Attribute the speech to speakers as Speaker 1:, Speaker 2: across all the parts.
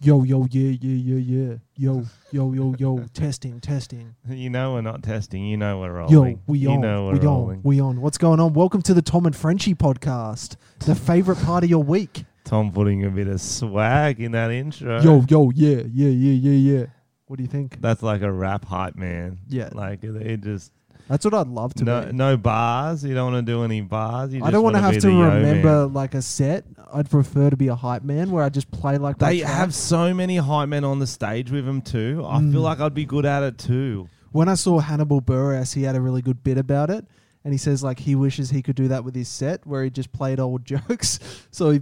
Speaker 1: Yo, yo, yeah, yeah, yeah, yeah. Yo, yo, yo, yo. testing, testing.
Speaker 2: You know we're not testing. You know we're rolling.
Speaker 1: Yo, we
Speaker 2: you
Speaker 1: on.
Speaker 2: know we're
Speaker 1: we
Speaker 2: rolling.
Speaker 1: on. We on. What's going on? Welcome to the Tom and Frenchie podcast, the favorite part of your week.
Speaker 2: Tom putting a bit of swag in that intro.
Speaker 1: Yo, yo, yeah, yeah, yeah, yeah, yeah. What do you think?
Speaker 2: That's like a rap hype man.
Speaker 1: Yeah.
Speaker 2: Like it, it just
Speaker 1: That's what I'd love to
Speaker 2: no
Speaker 1: be.
Speaker 2: no bars. You don't want to do any bars. You just
Speaker 1: I don't
Speaker 2: want to
Speaker 1: have
Speaker 2: be
Speaker 1: to
Speaker 2: the yo
Speaker 1: remember
Speaker 2: man.
Speaker 1: like a set. I'd prefer to be a hype man where I just play like my
Speaker 2: They
Speaker 1: track.
Speaker 2: have so many hype men on the stage with them too. I feel
Speaker 1: Mm.
Speaker 2: like I'd be good at it too.
Speaker 1: when I saw Hannibal Buress, he had a really good bit about it, and he says like he wishes he could do that with his set where he just played old jokes. So he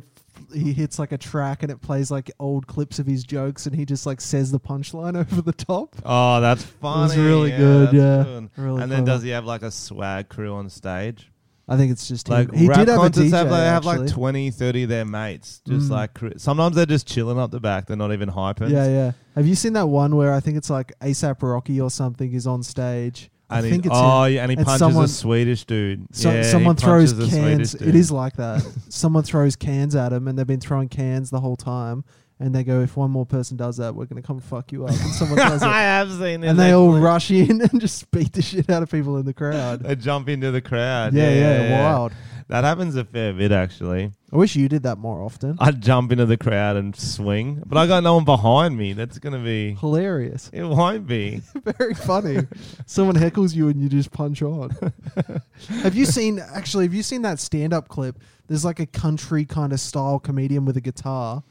Speaker 1: he hits like a track and it plays like old clips of his jokes, and he just like says the punchline over the top.
Speaker 2: Oh, that's funny.
Speaker 1: was really
Speaker 2: yeah,
Speaker 1: good,
Speaker 2: that's
Speaker 1: yeah.
Speaker 2: good.
Speaker 1: Really
Speaker 2: and then
Speaker 1: clever.
Speaker 2: does he have like a swag crew on stage?
Speaker 1: I think it's just
Speaker 2: like
Speaker 1: him. he
Speaker 2: rap
Speaker 1: did have a
Speaker 2: concerts
Speaker 1: DJ.
Speaker 2: have, they have like
Speaker 1: actually.
Speaker 2: 20 30 of their mates just
Speaker 1: Mm.
Speaker 2: like cr- sometimes they're just chilling up the back they're not even hyping
Speaker 1: yeah, yeah. Have you seen that one where I think it's like ASAP Rocky or something is on stage?
Speaker 2: and
Speaker 1: I
Speaker 2: he,
Speaker 1: think it's him.
Speaker 2: oh yeah and he
Speaker 1: It's
Speaker 2: punches
Speaker 1: someone-
Speaker 2: a swedish dude
Speaker 1: So,
Speaker 2: yeah, he
Speaker 1: someone throws
Speaker 2: punches a
Speaker 1: cans.
Speaker 2: Swedish
Speaker 1: It
Speaker 2: dude.
Speaker 1: is like that. someone throws cans at him, and they've been throwing cans the whole time. And they go, if one more person does that, we're gonna come fuck you up. And someone does
Speaker 2: i
Speaker 1: it,
Speaker 2: have seen it
Speaker 1: and they all rush in and just beat the shit out of people in the crowd.
Speaker 2: they jump into the crowd
Speaker 1: yeah, yeah, wild.
Speaker 2: that happens a fair bit actually
Speaker 1: I wish you did that more often.
Speaker 2: i'd jump into the crowd and swing but i got no one behind me that's gonna be
Speaker 1: Hilarious,
Speaker 2: it won't be
Speaker 1: very funny. someone heckles you and you just punch on. have you seen actually? Have you seen that stand-up clip? There's like a country kind of style comedian with a guitar,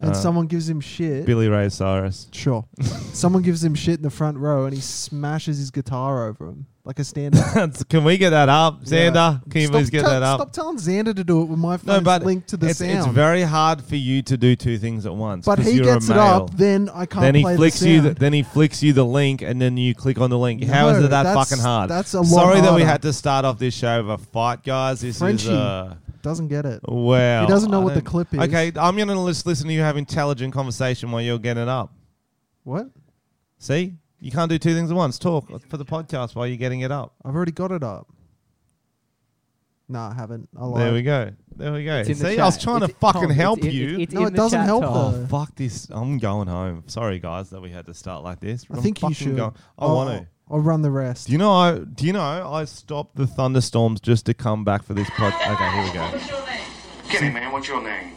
Speaker 1: and
Speaker 2: Uh,
Speaker 1: someone gives him shit.
Speaker 2: billy ray cyrus
Speaker 1: Sure. Someone gives him shit in the front row and he smashes his guitar over him like a stand up.
Speaker 2: That's- can we get that up xander can you please get that up
Speaker 1: Stop telling Xander to do it with my
Speaker 2: No,
Speaker 1: phone's
Speaker 2: but
Speaker 1: linked to the
Speaker 2: it's,
Speaker 1: sound.
Speaker 2: it's very hard for you to do two things at once.
Speaker 1: but
Speaker 2: 'cause
Speaker 1: he
Speaker 2: you're a
Speaker 1: gets it
Speaker 2: male.
Speaker 1: up, then I can't
Speaker 2: Then he
Speaker 1: play the
Speaker 2: flicks you. The,
Speaker 1: sound.
Speaker 2: then he flicks you the link, and then you click on the link. How is
Speaker 1: No,
Speaker 2: it that
Speaker 1: that's-
Speaker 2: fucking hard?
Speaker 1: that's a lot
Speaker 2: Sorry that we
Speaker 1: harder.
Speaker 2: had to start off this show with a fight, guys. This
Speaker 1: Frenchie.
Speaker 2: is uh,
Speaker 1: Doesn't get it.
Speaker 2: wow.
Speaker 1: He doesn't know
Speaker 2: I
Speaker 1: what the
Speaker 2: don't-
Speaker 1: clip is.
Speaker 2: Okay, I'm gonna just listen to you have intelligent conversation while you're getting it up.
Speaker 1: What?
Speaker 2: See, you can't do two things at once. Talk for the podcast while you're getting it up.
Speaker 1: I've already got it up. No, I haven't. I lied.
Speaker 2: There we go. There we go.
Speaker 3: It's in the
Speaker 2: See, I was
Speaker 3: chat.
Speaker 2: trying to
Speaker 3: It's-
Speaker 2: fucking
Speaker 1: oh,
Speaker 3: Tom, it's
Speaker 2: help
Speaker 3: in-
Speaker 2: you.
Speaker 3: it's- it's
Speaker 1: No,
Speaker 3: in
Speaker 1: it
Speaker 3: the
Speaker 1: doesn't
Speaker 3: chat,
Speaker 1: help
Speaker 3: Tom.
Speaker 1: though.
Speaker 2: Oh, Fuck this. I'm going home. Sorry, guys, that we had to start like this.
Speaker 1: I
Speaker 2: but I'm
Speaker 1: think you
Speaker 2: fucking
Speaker 1: should.
Speaker 2: Going. I
Speaker 1: I'll-
Speaker 2: want to.
Speaker 1: I'll run the rest.
Speaker 2: Oh. Do you know? I do you know? I stopped the thunderstorms just to come back for this podcast. Okay, here we go.
Speaker 4: Kenny, man, what's your name?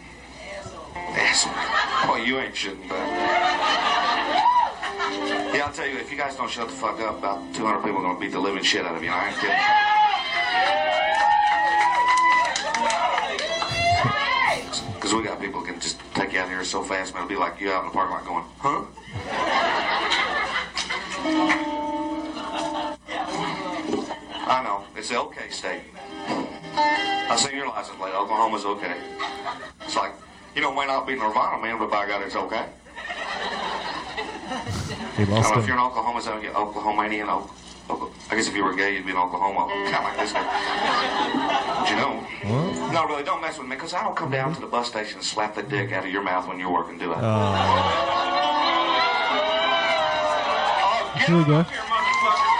Speaker 4: Asshole. Oh, you ain't shitting, but. Yeah, I'll tell you, if you guys don't shut the fuck up, about 200 people are gonna beat the living shit out of you, I ain't kidding. Because we got people can just take you out of here so fast, man, it'll be like you out in the parking lot going, huh? I know, it's the okay state. I'll sing your license plate. Oklahoma's okay. It's like, you know, it might not be Nirvana, man, but by God, it's okay.
Speaker 2: He
Speaker 4: I don't
Speaker 2: lost
Speaker 4: know if you're
Speaker 2: him.
Speaker 4: an Oklahoma, so you're Oklahomanian. Oka- Oka- I guess if you were gay, you'd be in Oklahoma. Kind of like this guy. But you know,
Speaker 2: What?
Speaker 4: no, really, don't mess with me, because I don't come down to the bus station and slap the dick out of your mouth when you're working,
Speaker 1: Uh.
Speaker 4: do I? Oh, get
Speaker 1: Here we go.
Speaker 4: up here, motherfucker.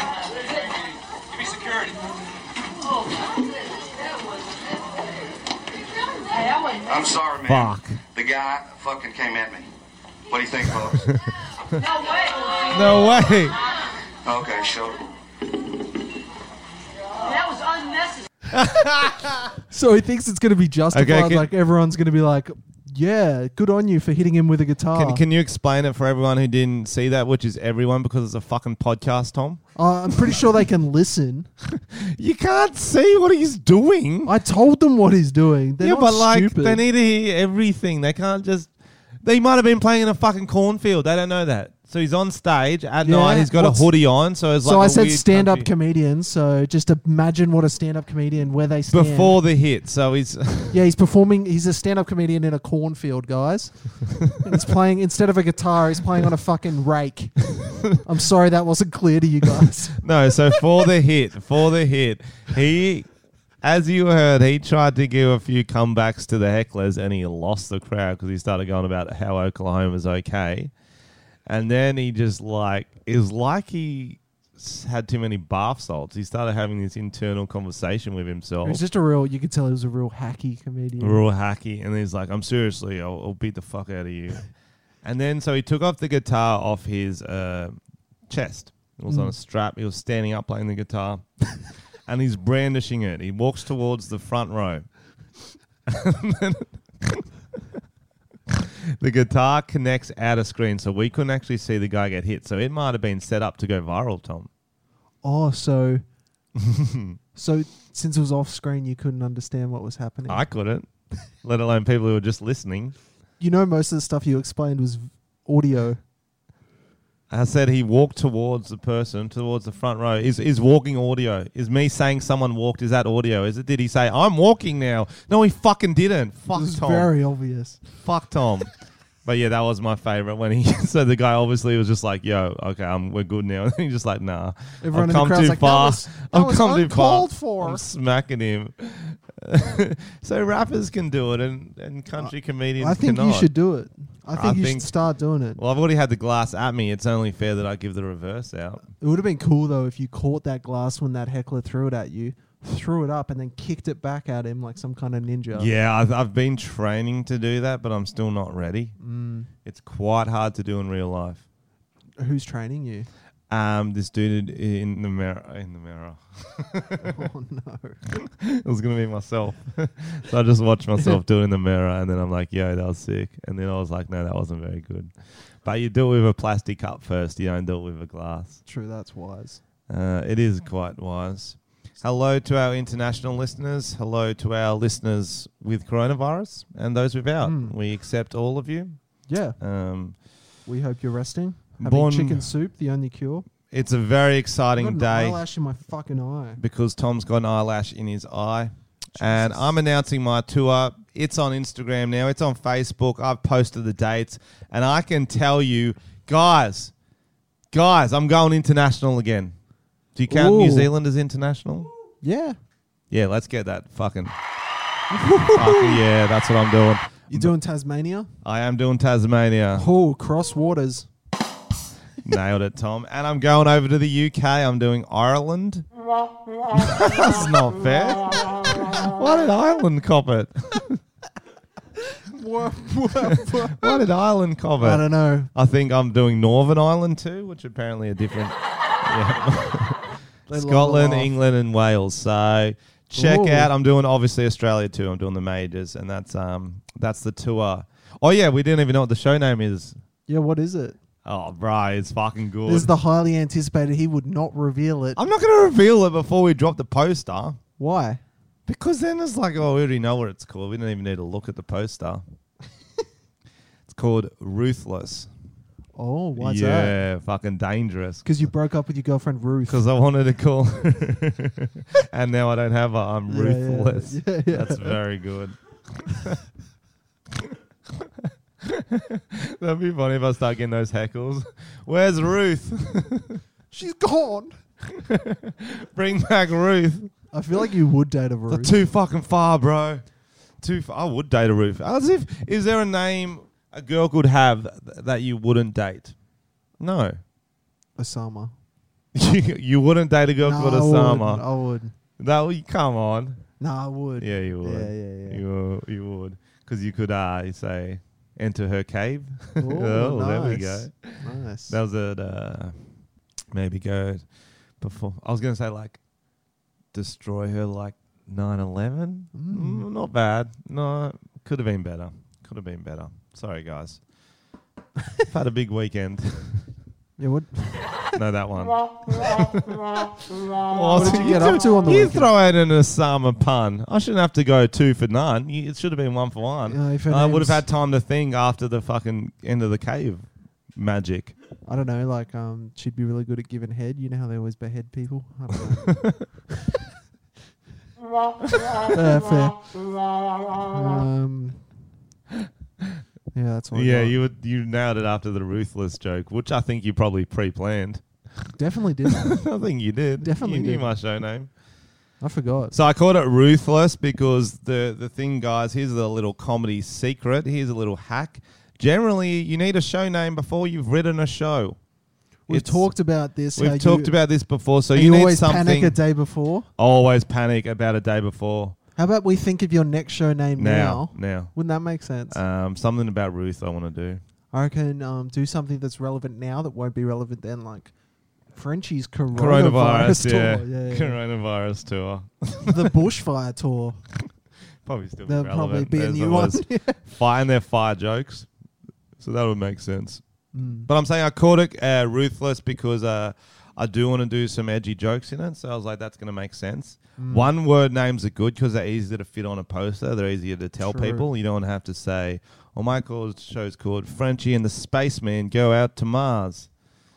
Speaker 5: Give me security.
Speaker 4: I'm sorry, man.
Speaker 2: Fuck.
Speaker 4: The guy fucking came at me. What do you think, folks?
Speaker 2: No way.
Speaker 4: okay, sure.
Speaker 5: That was unnecessary.
Speaker 1: So he thinks it's going to be justified.
Speaker 2: can-
Speaker 1: like everyone's going to be like, "Yeah, good on you for hitting him with a guitar."
Speaker 2: Can, can you explain it for everyone who didn't see that, which is everyone, because it's a fucking podcast, Tom?
Speaker 1: Uh, I'm pretty sure they can listen.
Speaker 2: You can't see what he's doing.
Speaker 1: I told them what he's doing. They're
Speaker 2: yeah,
Speaker 1: not
Speaker 2: but like,
Speaker 1: stupid.
Speaker 2: they need to hear everything. They can't just. They might have been playing in a fucking cornfield. They don't know that. So he's on stage at
Speaker 1: Yeah,
Speaker 2: night. He's got
Speaker 1: what's-
Speaker 2: a hoodie on. So it's like.
Speaker 1: so I
Speaker 2: a
Speaker 1: said
Speaker 2: weird
Speaker 1: stand up
Speaker 2: country-
Speaker 1: comedian. So just imagine what a stand up comedian where they stand.
Speaker 2: before the hit. So he's.
Speaker 1: yeah, he's performing. He's a stand up comedian in a cornfield, guys. and he's playing instead of a guitar, he's playing on a fucking rake. I'm sorry that wasn't clear to you guys.
Speaker 2: No, so for the hit, for the hit, he, as you heard, he tried to give a few comebacks to the hecklers and he lost the crowd because he started going about how Oklahoma's okay. And then he just like, is like he s- had too many bath salts. He started having this internal conversation with himself.
Speaker 1: It was just a real. You could tell he was a real hacky comedian.
Speaker 2: real hacky, and he's like, "I'm seriously, I'll, I'll beat the fuck out of you." and then so he took off the guitar off his uh, chest. It was on a strap. He was standing up playing the guitar, and he's brandishing it. He walks towards the front row. And then- the guitar connects out of screen, so we couldn't actually see the guy get hit. So it might have been set up to go viral, Tom.
Speaker 1: Oh, so so since it was off screen, you couldn't understand what was happening.
Speaker 2: I couldn't, let alone people who were just listening.
Speaker 1: you know, most of the stuff you explained was v- audio.
Speaker 2: I said he walked towards the person, towards the front row. Is is walking audio? Is me saying someone walked? Is that audio? Is it? Did he say I'm walking now? No, he fucking didn't.
Speaker 1: It
Speaker 2: Fuck
Speaker 1: was
Speaker 2: Tom.
Speaker 1: very obvious.
Speaker 2: Fuck Tom. but yeah, that was my favorite when he. so the guy obviously was just like, "Yo, okay, I'm, we're good now." And he's just like, "Nah,
Speaker 1: Everyone in
Speaker 2: I've
Speaker 1: the
Speaker 2: come
Speaker 1: crowd's
Speaker 2: too
Speaker 1: like, that
Speaker 2: far.
Speaker 1: was- that
Speaker 2: I've
Speaker 1: was
Speaker 2: come too far.
Speaker 1: uncalled for."
Speaker 2: I'm smacking him." so rappers can do it, and and country comedians.
Speaker 1: I think you
Speaker 2: cannot.
Speaker 1: should do it. I
Speaker 2: I
Speaker 1: think you
Speaker 2: think-
Speaker 1: should start doing it.
Speaker 2: Well, I've already had the glass at me. It's only fair that I give the reverse out.
Speaker 1: It would have been cool though if you caught that glass when that heckler threw it at you, threw it up, and then kicked it back at him like some kind of ninja.
Speaker 2: Yeah, I've, I've been training to do that, but I'm still not ready.
Speaker 1: Mm.
Speaker 2: It's quite hard to do in real life.
Speaker 1: Who's training you?
Speaker 2: Um, this dude in the mirror, in the mirror,
Speaker 1: oh no.
Speaker 2: it was gonna be myself. so I just watched myself do it in the mirror, and then I'm like, "Yo, that was sick." And then I was like, "No, that wasn't very good." But you do it with a plastic cup first. You don't do it with a glass.
Speaker 1: True, that's wise.
Speaker 2: Uh, it is quite wise. Hello to our international listeners. Hello to our listeners with coronavirus and those without.
Speaker 1: Mm.
Speaker 2: We accept all of you.
Speaker 1: Yeah.
Speaker 2: Um,
Speaker 1: We hope you're resting. Having
Speaker 2: Bon-
Speaker 1: chicken soup, the only cure.
Speaker 2: It's a very
Speaker 1: I got
Speaker 2: exciting
Speaker 1: an
Speaker 2: day
Speaker 1: eyelash in my fucking eye.
Speaker 2: because Tom's got an eyelash in his eye. And I'm announcing my tour. It's on Instagram now, it's on Facebook. I've posted the dates. And I can tell you, guys, guys, I'm going international again. Do you count New
Speaker 1: Ooh.
Speaker 2: Zealand as international?
Speaker 1: Yeah.
Speaker 2: Yeah, let's get that fucking. Fuck yeah, that's what I'm doing.
Speaker 1: You're doing Tasmania?
Speaker 2: I am doing Tasmania.
Speaker 1: Oh, cross waters.
Speaker 2: Nailed it, Tom. And I'm going over to the UK. I'm doing Ireland. That's not fair. Why did Ireland cop it? Why did Ireland cop
Speaker 1: I
Speaker 2: it?
Speaker 1: don't know.
Speaker 2: I think I'm doing Northern Ireland too, which apparently are different.
Speaker 1: They love a
Speaker 2: Scotland,
Speaker 1: laugh.
Speaker 2: England, and Wales. So check
Speaker 1: Ooh.
Speaker 2: out. I'm doing obviously Australia too. I'm doing the majors, and that's um that's the tour. Oh yeah, we didn't even know what the show name is.
Speaker 1: Yeah, what is it?
Speaker 2: Oh, bro, it's fucking good.
Speaker 1: This is the highly anticipated. He would not reveal it.
Speaker 2: I'm not gonna reveal it before we drop the poster.
Speaker 1: Why?
Speaker 2: Because then it's like, oh, we already know what it's called. We don't even need to look at the poster. it's called Ruthless.
Speaker 1: Oh, why's that?
Speaker 2: yeah, fucking dangerous.
Speaker 1: Because you broke up with your girlfriend Ruth.
Speaker 2: Because I wanted to call her. and now I don't have her. I'm
Speaker 1: Yeah, yeah,
Speaker 2: ruthless.
Speaker 1: yeah, yeah.
Speaker 2: That's very good. That'd be funny if I start getting those heckles. Where's Ruth?
Speaker 1: she's gone.
Speaker 2: Bring back Ruth.
Speaker 1: I feel like you would date a
Speaker 2: They're
Speaker 1: Ruth.
Speaker 2: too fucking far, bro. Too far. I would date a roof. As if is there a name a girl could have th- that you wouldn't date? No,
Speaker 1: Osama.
Speaker 2: you, you wouldn't date a girl
Speaker 1: Nah,
Speaker 2: called
Speaker 1: I
Speaker 2: Osama.
Speaker 1: Would. I would.
Speaker 2: That would- come on.
Speaker 1: Nah, I would.
Speaker 2: Yeah, you would.
Speaker 1: Yeah, yeah, yeah.
Speaker 2: You would. You would. Because you could, uh, you say, enter her cave.
Speaker 1: Ooh,
Speaker 2: oh, there we go.
Speaker 1: nice. Nice.
Speaker 2: That was it. Uh, maybe go before. I was going to say, like, destroy her like 9 11. Mm, not bad. No, could have been better. Could have been better. Sorry, guys. I've had a big weekend.
Speaker 1: yeah, what,
Speaker 2: no, that one. Well,
Speaker 1: did you get up
Speaker 2: throw-
Speaker 1: to on the
Speaker 2: You
Speaker 1: weekend?
Speaker 2: throw out an Osama pun. I shouldn't have to go two for none. You, it should have been one for one.
Speaker 1: Yeah, if her
Speaker 2: I would have
Speaker 1: name's-
Speaker 2: had time to think after the fucking end of the cave magic.
Speaker 1: I don't know. Like, um, she'd be really good at giving head. You know how they always behead people. I don't know. Yeah, Uh, fair. Um, yeah, that's what. I
Speaker 2: yeah,
Speaker 1: got.
Speaker 2: you would, you nailed it after the ruthless joke, which I think you probably pre-planned.
Speaker 1: definitely did.
Speaker 2: I think you did.
Speaker 1: Definitely
Speaker 2: you knew
Speaker 1: did.
Speaker 2: my show name.
Speaker 1: I forgot.
Speaker 2: So I called it ruthless because the the thing, guys, here's the little comedy secret. Here's a little hack. Generally, you need a show name before you've written a show.
Speaker 1: We've
Speaker 2: It's-
Speaker 1: talked about this. how
Speaker 2: We've talked
Speaker 1: you,
Speaker 2: about this before, so
Speaker 1: how
Speaker 2: you,
Speaker 1: you
Speaker 2: need
Speaker 1: always
Speaker 2: something.
Speaker 1: panic a day before.
Speaker 2: always panic about a day before.
Speaker 1: How about we think of your next show name now?
Speaker 2: Now, now,
Speaker 1: Wouldn't that make sense?
Speaker 2: um, something about Ruth I want to do.
Speaker 1: I reckon um, do something that's relevant now that won't be relevant then, like Frenchie's coronavirus,
Speaker 2: Coronavirus, yeah.
Speaker 1: tour. Yeah, yeah,
Speaker 2: Coronavirus tour.
Speaker 1: yeah. the bushfire tour.
Speaker 2: Probably still be
Speaker 1: There'll
Speaker 2: relevant.
Speaker 1: probably be a
Speaker 2: There's
Speaker 1: new one.
Speaker 2: always fire and their fire jokes, so that would make sense.
Speaker 1: Mm.
Speaker 2: But I'm saying I called it uh, ruthless because uh, I do want to do some edgy jokes in it. So I was like, that's going to make sense.
Speaker 1: Mm.
Speaker 2: One word names are good because they're easier to fit on a poster. They're easier to tell
Speaker 1: True.
Speaker 2: people. You don't have to say, "Oh, my call- show's called Frenchie and the Spaceman Go Out to Mars."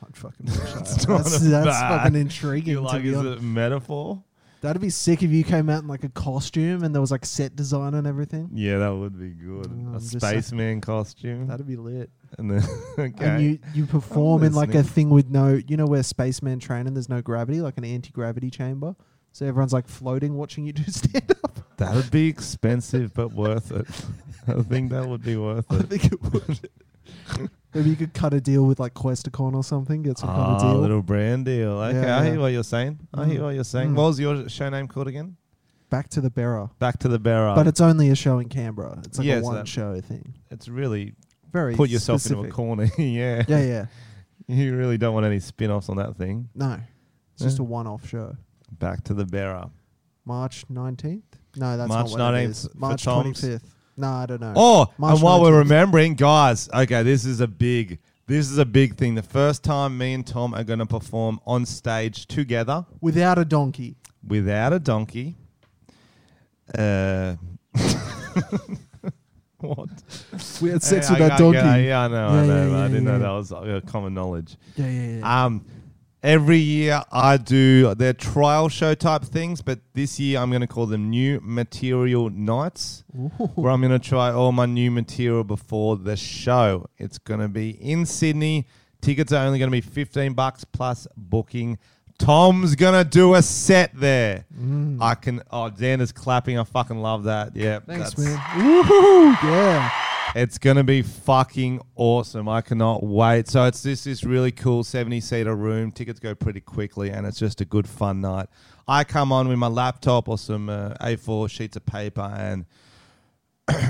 Speaker 1: I'd fucking watch that.
Speaker 2: It's not
Speaker 1: that's that's
Speaker 2: bad.
Speaker 1: fucking intriguing.
Speaker 2: You
Speaker 1: to
Speaker 2: like
Speaker 1: be
Speaker 2: is
Speaker 1: honest.
Speaker 2: it a metaphor?
Speaker 1: That'd be sick if you came out in like a costume and there was like set design and everything.
Speaker 2: Yeah, that would be good.
Speaker 1: Mm,
Speaker 2: a
Speaker 1: I'm just saying.
Speaker 2: spaceman costume,
Speaker 1: That'd be lit.
Speaker 2: and then okay.
Speaker 1: And you you perform in like a
Speaker 2: listening.
Speaker 1: thing with no, you know, where spaceman training there's no gravity, like an anti gravity chamber. So everyone's like floating, watching you do stand up.
Speaker 2: That would be expensive, but worth it. I think that would be worth
Speaker 1: I
Speaker 2: it.
Speaker 1: think it would. Maybe you could cut a deal with like Questacon or something. Get some kind of
Speaker 2: Ah,
Speaker 1: deal.
Speaker 2: little brand deal. Okay,
Speaker 1: Yeah,
Speaker 2: I
Speaker 1: yeah.
Speaker 2: hear what you're saying. I hear
Speaker 1: Mm.
Speaker 2: what you're saying.
Speaker 1: Mm.
Speaker 2: What was your show name called again?
Speaker 1: Back to the bearer.
Speaker 2: Back to the Barrow.
Speaker 1: But it's only a show in Canberra. It's like
Speaker 2: Yeah,
Speaker 1: a
Speaker 2: so
Speaker 1: one
Speaker 2: that-
Speaker 1: show thing.
Speaker 2: it's really
Speaker 1: Very
Speaker 2: put yourself into
Speaker 1: specific.
Speaker 2: a corner. yeah.
Speaker 1: Yeah, yeah.
Speaker 2: You really don't want any spin offs on that thing.
Speaker 1: No, it's
Speaker 2: Yeah.
Speaker 1: just a one off show.
Speaker 2: Back to the Barrow.
Speaker 1: March 19th? No, that's
Speaker 2: March
Speaker 1: not what
Speaker 2: 19th
Speaker 1: it is.
Speaker 2: for
Speaker 1: March
Speaker 2: Tom's.
Speaker 1: 25th. No, I don't know.
Speaker 2: Oh,
Speaker 1: March
Speaker 2: and while we're
Speaker 1: 19th.
Speaker 2: remembering, guys, okay, this is a big this is a big thing. The first time me and Tom are gonna perform on stage together
Speaker 1: Without a donkey.
Speaker 2: without a donkey. Uh what?
Speaker 1: We had sex
Speaker 2: Yeah,
Speaker 1: with
Speaker 2: I-
Speaker 1: that
Speaker 2: I-
Speaker 1: donkey.
Speaker 2: Yeah, yeah, I know, I
Speaker 1: Yeah,
Speaker 2: know.
Speaker 1: yeah,
Speaker 2: but I
Speaker 1: yeah,
Speaker 2: didn't know
Speaker 1: yeah.
Speaker 2: that was uh, common knowledge.
Speaker 1: yeah, yeah, yeah.
Speaker 2: Um, every year I do their trial show type things, but this year I'm going to call them new material nights, where I'm going to try all my new material before the show. It's going to be in Sydney. Tickets are only going to be 15 bucks plus booking. Tom's gonna do a set there.
Speaker 1: Mm.
Speaker 2: I can. Oh, Dan is clapping. I fucking love that. Yeah,
Speaker 1: Thanks,
Speaker 2: that's-
Speaker 1: man. Woohoo! Yeah.
Speaker 2: it's gonna be fucking awesome. I cannot wait. So it's this this really cool seventy seater room. Tickets go pretty quickly, and it's just a good fun night. I come on with my laptop or some uh, A4 sheets of paper, and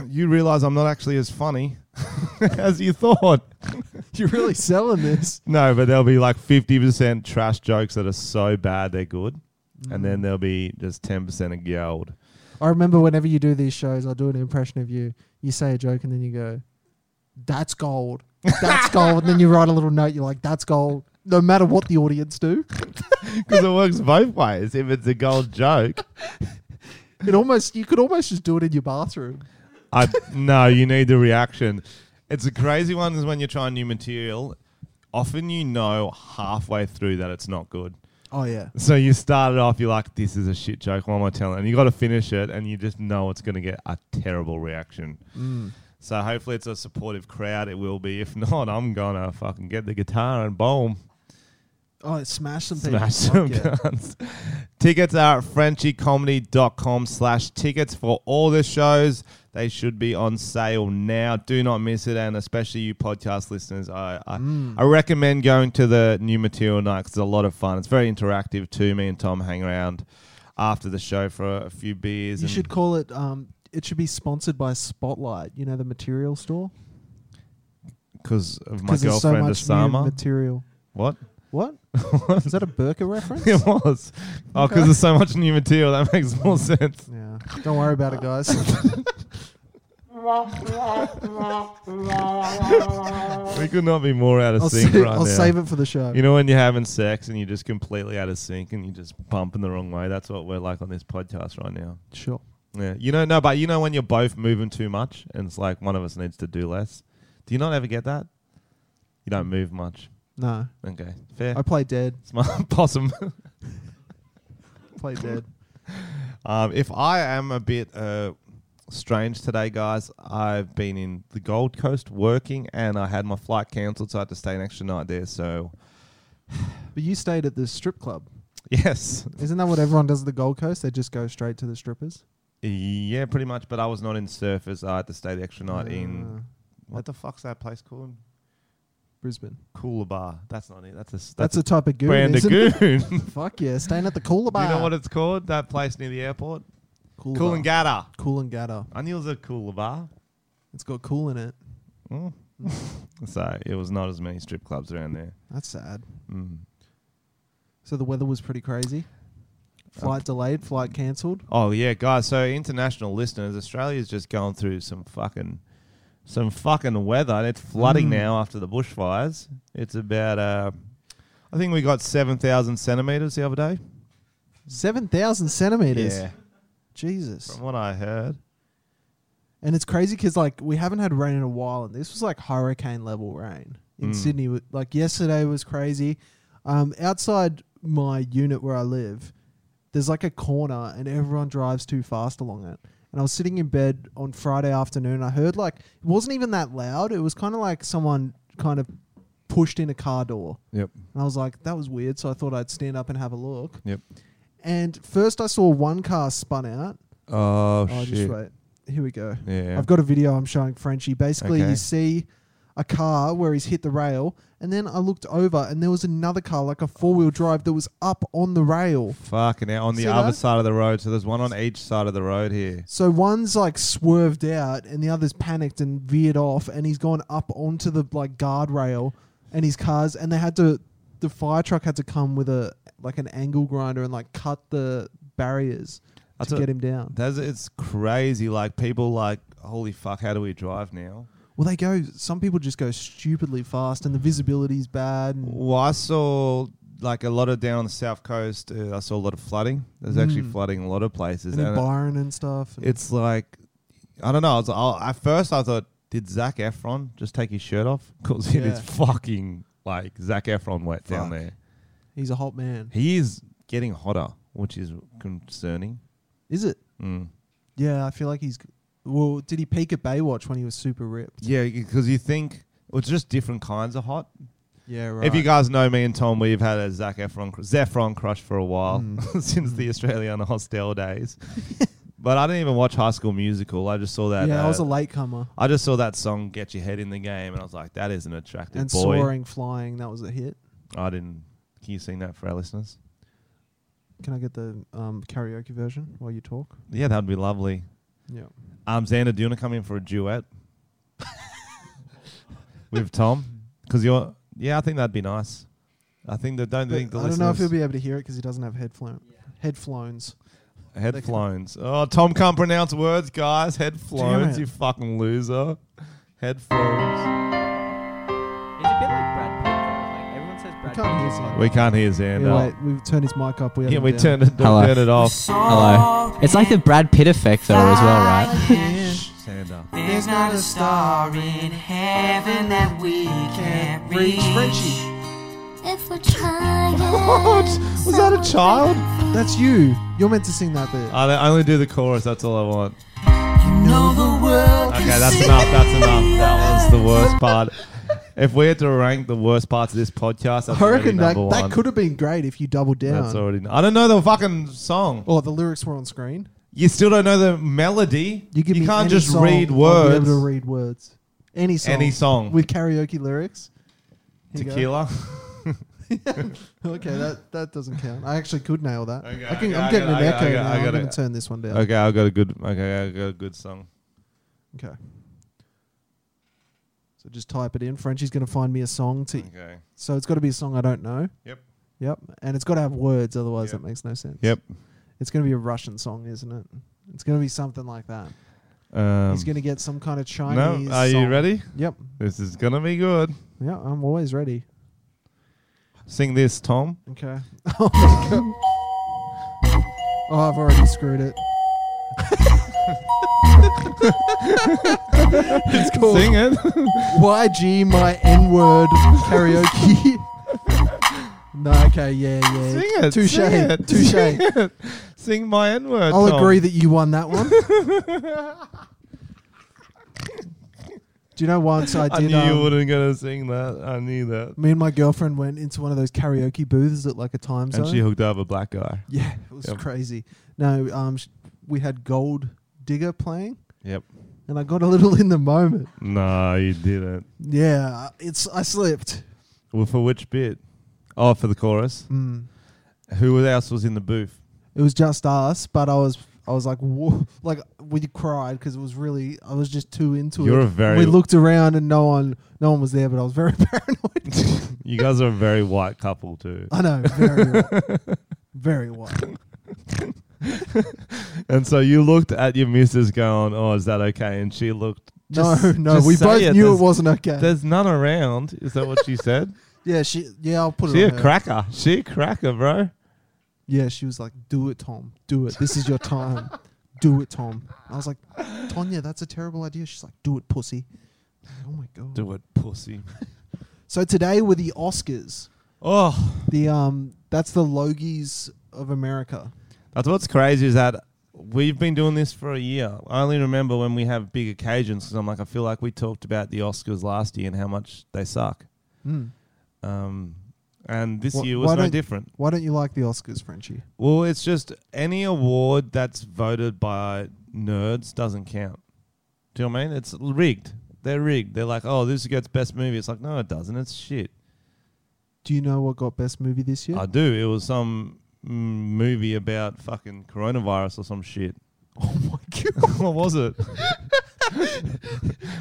Speaker 2: you realize I'm not actually as funny as you thought.
Speaker 1: You're really selling this.
Speaker 2: No, but there'll be like fifty percent trash jokes that are so bad they're good, and then there'll be just ten percent of gold.
Speaker 1: I remember whenever you do these shows, I do an impression of you. You say a joke and then you go, that's gold. That's gold. And then you write a little note. You're like, that's gold. No matter what the audience do,
Speaker 2: Because it works both ways. If it's a gold joke,
Speaker 1: it almost you could almost just do it in your bathroom.
Speaker 2: I no, you need the reaction. It's a crazy one is when you're trying new material. Often you know halfway through that it's not good.
Speaker 1: Oh yeah,
Speaker 2: So you start it off, you're like, this is a shit joke. Why am I telling? And you got to finish it, and you just know it's going to get a terrible reaction. So hopefully it's a supportive crowd. It will be. If not, I'm gonna fucking get the guitar and boom,
Speaker 1: oh it smashed some people.
Speaker 2: smash
Speaker 1: Fuck
Speaker 2: some
Speaker 1: yeah.
Speaker 2: guns. tickets are at frenchiecomedy.com slash tickets for all the shows. They should be on sale now. Do not miss it. And especially you podcast listeners, I, I,
Speaker 1: Mm.
Speaker 2: I recommend going to the new material night 'cause it's a lot of fun. It's very interactive too. Me and Tom hang around after the show for a few beers.
Speaker 1: You
Speaker 2: and
Speaker 1: should call it. Um, it should be sponsored by Spotlight. You know the material store
Speaker 2: Because of my
Speaker 1: because there's so
Speaker 2: girlfriend
Speaker 1: much new
Speaker 2: Osama.
Speaker 1: material.
Speaker 2: what?
Speaker 1: What is that a burqa reference?
Speaker 2: It was. Oh, because there's so much new material. That makes more sense.
Speaker 1: yeah, don't worry about it, guys.
Speaker 2: We could not be more out of
Speaker 1: I'll,
Speaker 2: sync
Speaker 1: save,
Speaker 2: right
Speaker 1: I'll
Speaker 2: now.
Speaker 1: save it for the show.
Speaker 2: You know when you're having sex and you're just completely out of sync and you're just bumping the wrong way. That's what we're like on this podcast right now.
Speaker 1: sure.
Speaker 2: Yeah, you know, no, but you know when you're both moving too much and it's like one of us needs to do less. Do you not ever get that? You don't move much.
Speaker 1: No,
Speaker 2: Okay, fair.
Speaker 1: I play dead.
Speaker 2: Smart possum.
Speaker 1: Play dead.
Speaker 2: um, if I am a bit uh, strange today, guys, I've been in the Gold Coast working and I had my flight cancelled, so I had to stay an extra night there. So
Speaker 1: But you stayed at the strip club.
Speaker 2: yes,
Speaker 1: Isn't that what everyone does at the Gold Coast? They just go straight to the strippers.
Speaker 2: yeah, pretty much. But I was not in surfers. I had to stay the extra night in
Speaker 1: Uh,
Speaker 2: What the fuck's that place called?
Speaker 1: Brisbane.
Speaker 2: Cooler bar. That's not it. That's a s-
Speaker 1: That's,
Speaker 2: that's,
Speaker 1: a type of
Speaker 2: a
Speaker 1: goon.
Speaker 2: brand of
Speaker 1: isn't
Speaker 2: goon.
Speaker 1: it?
Speaker 2: Do
Speaker 1: Fuck yeah, staying at the cooler bar.
Speaker 2: you know what it's called? That place near the airport.
Speaker 1: Cool,
Speaker 2: Cool and Gatter.
Speaker 1: Cool and Gatter.
Speaker 2: I knew it was a cooler bar.
Speaker 1: It's got cool in it.
Speaker 2: Mm. so it was not as many strip clubs around there.
Speaker 1: That's sad.
Speaker 2: Mm.
Speaker 1: So the weather was pretty crazy. Flight delayed, flight cancelled.
Speaker 2: Oh yeah, guys. So international listeners, Australia's just going through some fucking, some fucking weather. It's flooding
Speaker 1: Mm.
Speaker 2: now after the bushfires. It's about, uh, I think we got seven thousand centimeters the other day.
Speaker 1: Seven thousand centimeters.
Speaker 2: Yeah,
Speaker 1: Jesus.
Speaker 2: from what I heard.
Speaker 1: And it's crazy because like we haven't had rain in a while, and this was like hurricane level rain in
Speaker 2: Mm.
Speaker 1: Sydney. Wa- Like yesterday was crazy. Um, outside my unit where I live, there's like a corner, and everyone drives too fast along it. And I was sitting in bed on Friday afternoon. and I heard like it wasn't even that loud. It was kind of like someone kind of pushed in a car door,
Speaker 2: Yep.
Speaker 1: and I was like, that was weird. So I thought I'd stand up and have a look.
Speaker 2: Yep.
Speaker 1: And first, I saw one car spun out.
Speaker 2: Oh,
Speaker 1: Oh, just wait. Here we go.
Speaker 2: Yeah.
Speaker 1: I've got a video I'm showing Frenchie. Basically,
Speaker 2: Okay.
Speaker 1: you see a car where he's hit the rail, and then I looked over, and there was another car, like a four wheel drive, that was up on the rail.
Speaker 2: Fucking hell, on
Speaker 1: See
Speaker 2: the other
Speaker 1: that?
Speaker 2: side of the road. So there's one on each side of the road here.
Speaker 1: So one's like swerved out, and the other's panicked and veered off, and he's gone up onto the like guardrail, and his cars, and they had to, the fire truck had to come with a like an angle grinder and like cut the barriers
Speaker 2: That's
Speaker 1: to
Speaker 2: a-
Speaker 1: get him down.
Speaker 2: That's it's crazy. Like people like, holy fuck, how do we drive now?
Speaker 1: Well, they go. Some people just go stupidly fast, and the visibility's bad. And
Speaker 2: Well, I saw like a lot of down on the south coast. Uh, I saw a lot of flooding. There's actually
Speaker 1: Mm.
Speaker 2: flooding in a lot of places.
Speaker 1: and in
Speaker 2: and it-
Speaker 1: Byron and stuff. and-
Speaker 2: it's like, I don't know. I was, I, at first, I thought, did Zach Efron just take his shirt off? Because it
Speaker 1: Yeah.
Speaker 2: is fucking like Zach Efron wet down
Speaker 1: Fuck.
Speaker 2: there.
Speaker 1: he's a hot man.
Speaker 2: He is getting hotter, which is concerning.
Speaker 1: Is it?
Speaker 2: Mm.
Speaker 1: Yeah, I feel like he's. Well, did he peak at Baywatch when he was super ripped?
Speaker 2: Yeah, because you think well, it's just different kinds of hot.
Speaker 1: Yeah, right.
Speaker 2: If you guys know me and Tom, we've had a Zac Efron, Zephron crush for a while
Speaker 1: Mm.
Speaker 2: since the Australian Hostel days. but I didn't even watch High School Musical. I just saw that.
Speaker 1: yeah,
Speaker 2: uh,
Speaker 1: I was a latecomer
Speaker 2: I just saw that song "Get Your Head in the Game" and I was like, "That is an attractive
Speaker 1: and
Speaker 2: boy."
Speaker 1: soaring, flying. That was a hit.
Speaker 2: I didn't. Can you sing that for our listeners?
Speaker 1: Can I get the um, karaoke version while you talk?
Speaker 2: Yeah, that would be lovely.
Speaker 1: Yeah.
Speaker 2: Um, Xander, do you want to come in for a duet with Tom? Because you're, yeah, I think that'd be nice. I think that don't
Speaker 1: But
Speaker 2: think the
Speaker 1: I don't know if he'll
Speaker 2: listeners-
Speaker 1: be able to hear it because he doesn't have headphone. Headphones. They can-
Speaker 2: Headphones. Oh, Tom can't pronounce words, guys.
Speaker 1: Damn
Speaker 2: Headphones,
Speaker 1: it.
Speaker 2: you fucking loser. Headphones.
Speaker 3: He's a bit like Brad Pitt. though. Like everyone says Brad
Speaker 1: can't hear
Speaker 3: Pitt. is
Speaker 1: him.
Speaker 3: like-
Speaker 2: We can't hear
Speaker 1: Yeah,
Speaker 2: Xander.
Speaker 1: wait, we've turned his mic up. We
Speaker 2: Yeah,
Speaker 1: have him
Speaker 2: we
Speaker 1: down.
Speaker 2: turned it,
Speaker 6: Hello.
Speaker 2: turn it off.
Speaker 6: Hello. It's like the Brad Pitt effect, though, as well, right?
Speaker 2: Xander.
Speaker 7: There's not a star in heaven that we can't reach.
Speaker 8: If we're trying.
Speaker 2: What? Was that a child?
Speaker 1: That's you. You're meant to sing that bit.
Speaker 2: I don't- I only do the chorus. That's all I want.
Speaker 7: Know the world
Speaker 2: Okay, that's enough. That's enough. That was the worst part. If we had to rank the worst parts of this podcast, that's
Speaker 1: I reckon that,
Speaker 2: already number
Speaker 1: that
Speaker 2: one.
Speaker 1: could have been great if you doubled down.
Speaker 2: That's already. I don't know the fucking song.
Speaker 1: Or the lyrics were on screen.
Speaker 2: You still don't know the melody.
Speaker 1: You, give me
Speaker 2: can't
Speaker 1: any
Speaker 2: just
Speaker 1: song,
Speaker 2: read
Speaker 1: I'll be
Speaker 2: words.
Speaker 1: able to read words. Any song.
Speaker 2: Any song.
Speaker 1: With karaoke lyrics. Here you go.
Speaker 2: Tequila.
Speaker 1: Okay, that, that doesn't count. I actually could nail that.
Speaker 2: Okay,
Speaker 1: I can,
Speaker 2: okay,
Speaker 1: I'm
Speaker 2: I
Speaker 1: getting
Speaker 2: got
Speaker 1: an
Speaker 2: it, I
Speaker 1: echo
Speaker 2: got it,
Speaker 1: now.
Speaker 2: I
Speaker 1: I'm
Speaker 2: got
Speaker 1: going
Speaker 2: it.
Speaker 1: to turn this one down.
Speaker 2: Okay, I got a good. Okay, I got a good song.
Speaker 1: Okay. So just type it in. Frenchie's going to find me a song. To,
Speaker 2: Okay.
Speaker 1: So it's got to be a song I don't know.
Speaker 2: Yep.
Speaker 1: Yep. And it's got to have words, otherwise
Speaker 2: Yep.
Speaker 1: that makes no sense.
Speaker 2: Yep.
Speaker 1: It's going to be a Russian song, isn't it? It's going to be something like that.
Speaker 2: Um,
Speaker 1: He's going to get some kind of
Speaker 2: no,
Speaker 1: Chinese.
Speaker 2: are you
Speaker 1: song.
Speaker 2: ready?
Speaker 1: Yep.
Speaker 2: This is gonna be good.
Speaker 1: Yeah, I'm always ready.
Speaker 2: Sing this, Tom.
Speaker 1: Okay. Oh, my God. oh I've already screwed it. it's called
Speaker 2: Sing it.
Speaker 1: YG My N Word Karaoke. no, okay, yeah, yeah.
Speaker 2: sing it.
Speaker 1: Touche.
Speaker 2: Sing it. Sing,
Speaker 1: Touche.
Speaker 2: it. Sing my N word.
Speaker 1: I'll agree that you won that one. Do you know once I
Speaker 2: I
Speaker 1: did?
Speaker 2: knew
Speaker 1: um,
Speaker 2: you weren't gonna sing that. I knew that.
Speaker 1: me and my girlfriend went into one of those karaoke booths at like a time zone.
Speaker 2: And she hooked up a black guy.
Speaker 1: Yeah, it was
Speaker 2: Yep.
Speaker 1: crazy. No, um, sh- we had Gold Digger playing,
Speaker 2: Yep.
Speaker 1: and I got a little in the moment.
Speaker 2: No, you didn't.
Speaker 1: Yeah, uh, it's I slipped.
Speaker 2: Well, for which bit? Oh, for the chorus.
Speaker 1: Mm.
Speaker 2: Who else was in the booth?
Speaker 1: It was just us, but I was I was like, Whoa. like we cried because it was really I was just too into
Speaker 2: You're
Speaker 1: it.
Speaker 2: a very-
Speaker 1: we looked around and no one no one was there, but I was very paranoid.
Speaker 2: You guys are a very white couple too.
Speaker 1: I know, very white. very white.
Speaker 2: And so you looked at your missus going, "Oh, is that okay?" And she looked.
Speaker 1: no,
Speaker 2: "Just-
Speaker 1: no,
Speaker 2: just
Speaker 1: we
Speaker 2: say
Speaker 1: both
Speaker 2: it.
Speaker 1: knew
Speaker 2: There's-
Speaker 1: it wasn't okay.
Speaker 2: There's none around. Is that what she said?
Speaker 1: yeah, she yeah I'll put
Speaker 2: she
Speaker 1: it.
Speaker 2: a
Speaker 1: on her.
Speaker 2: cracker. She a cracker, bro.
Speaker 1: Yeah, she was like, "Do it, Tom. Do it. This is your time. Do it, Tom." I was like, "Tonya, that's a terrible idea." She's like, "Do it, pussy." Oh my god.
Speaker 2: Do it, pussy.
Speaker 1: So today were the Oscars.
Speaker 2: Oh,
Speaker 1: The um, that's the Logies of America.
Speaker 2: that's what's crazy is that we've been doing this for a year. I only remember when we have big occasions because I'm like, I feel like we talked about the Oscars last year and how much they suck.
Speaker 1: Hmm.
Speaker 2: Um, and this
Speaker 1: Wh-
Speaker 2: year
Speaker 1: why
Speaker 2: was no
Speaker 1: don't-
Speaker 2: different.
Speaker 1: Why don't you like the Oscars, Frenchie?
Speaker 2: Well, it's just any award that's voted by nerds doesn't count. Do you know what I mean? It's rigged. They're rigged. They're like, oh, this gets best movie. It's like, no, it doesn't. It's shit.
Speaker 1: Do you know what got best movie this year?
Speaker 2: I do. It was some mm, movie about fucking coronavirus or some shit.
Speaker 1: oh my god!
Speaker 2: what was it? Wasn't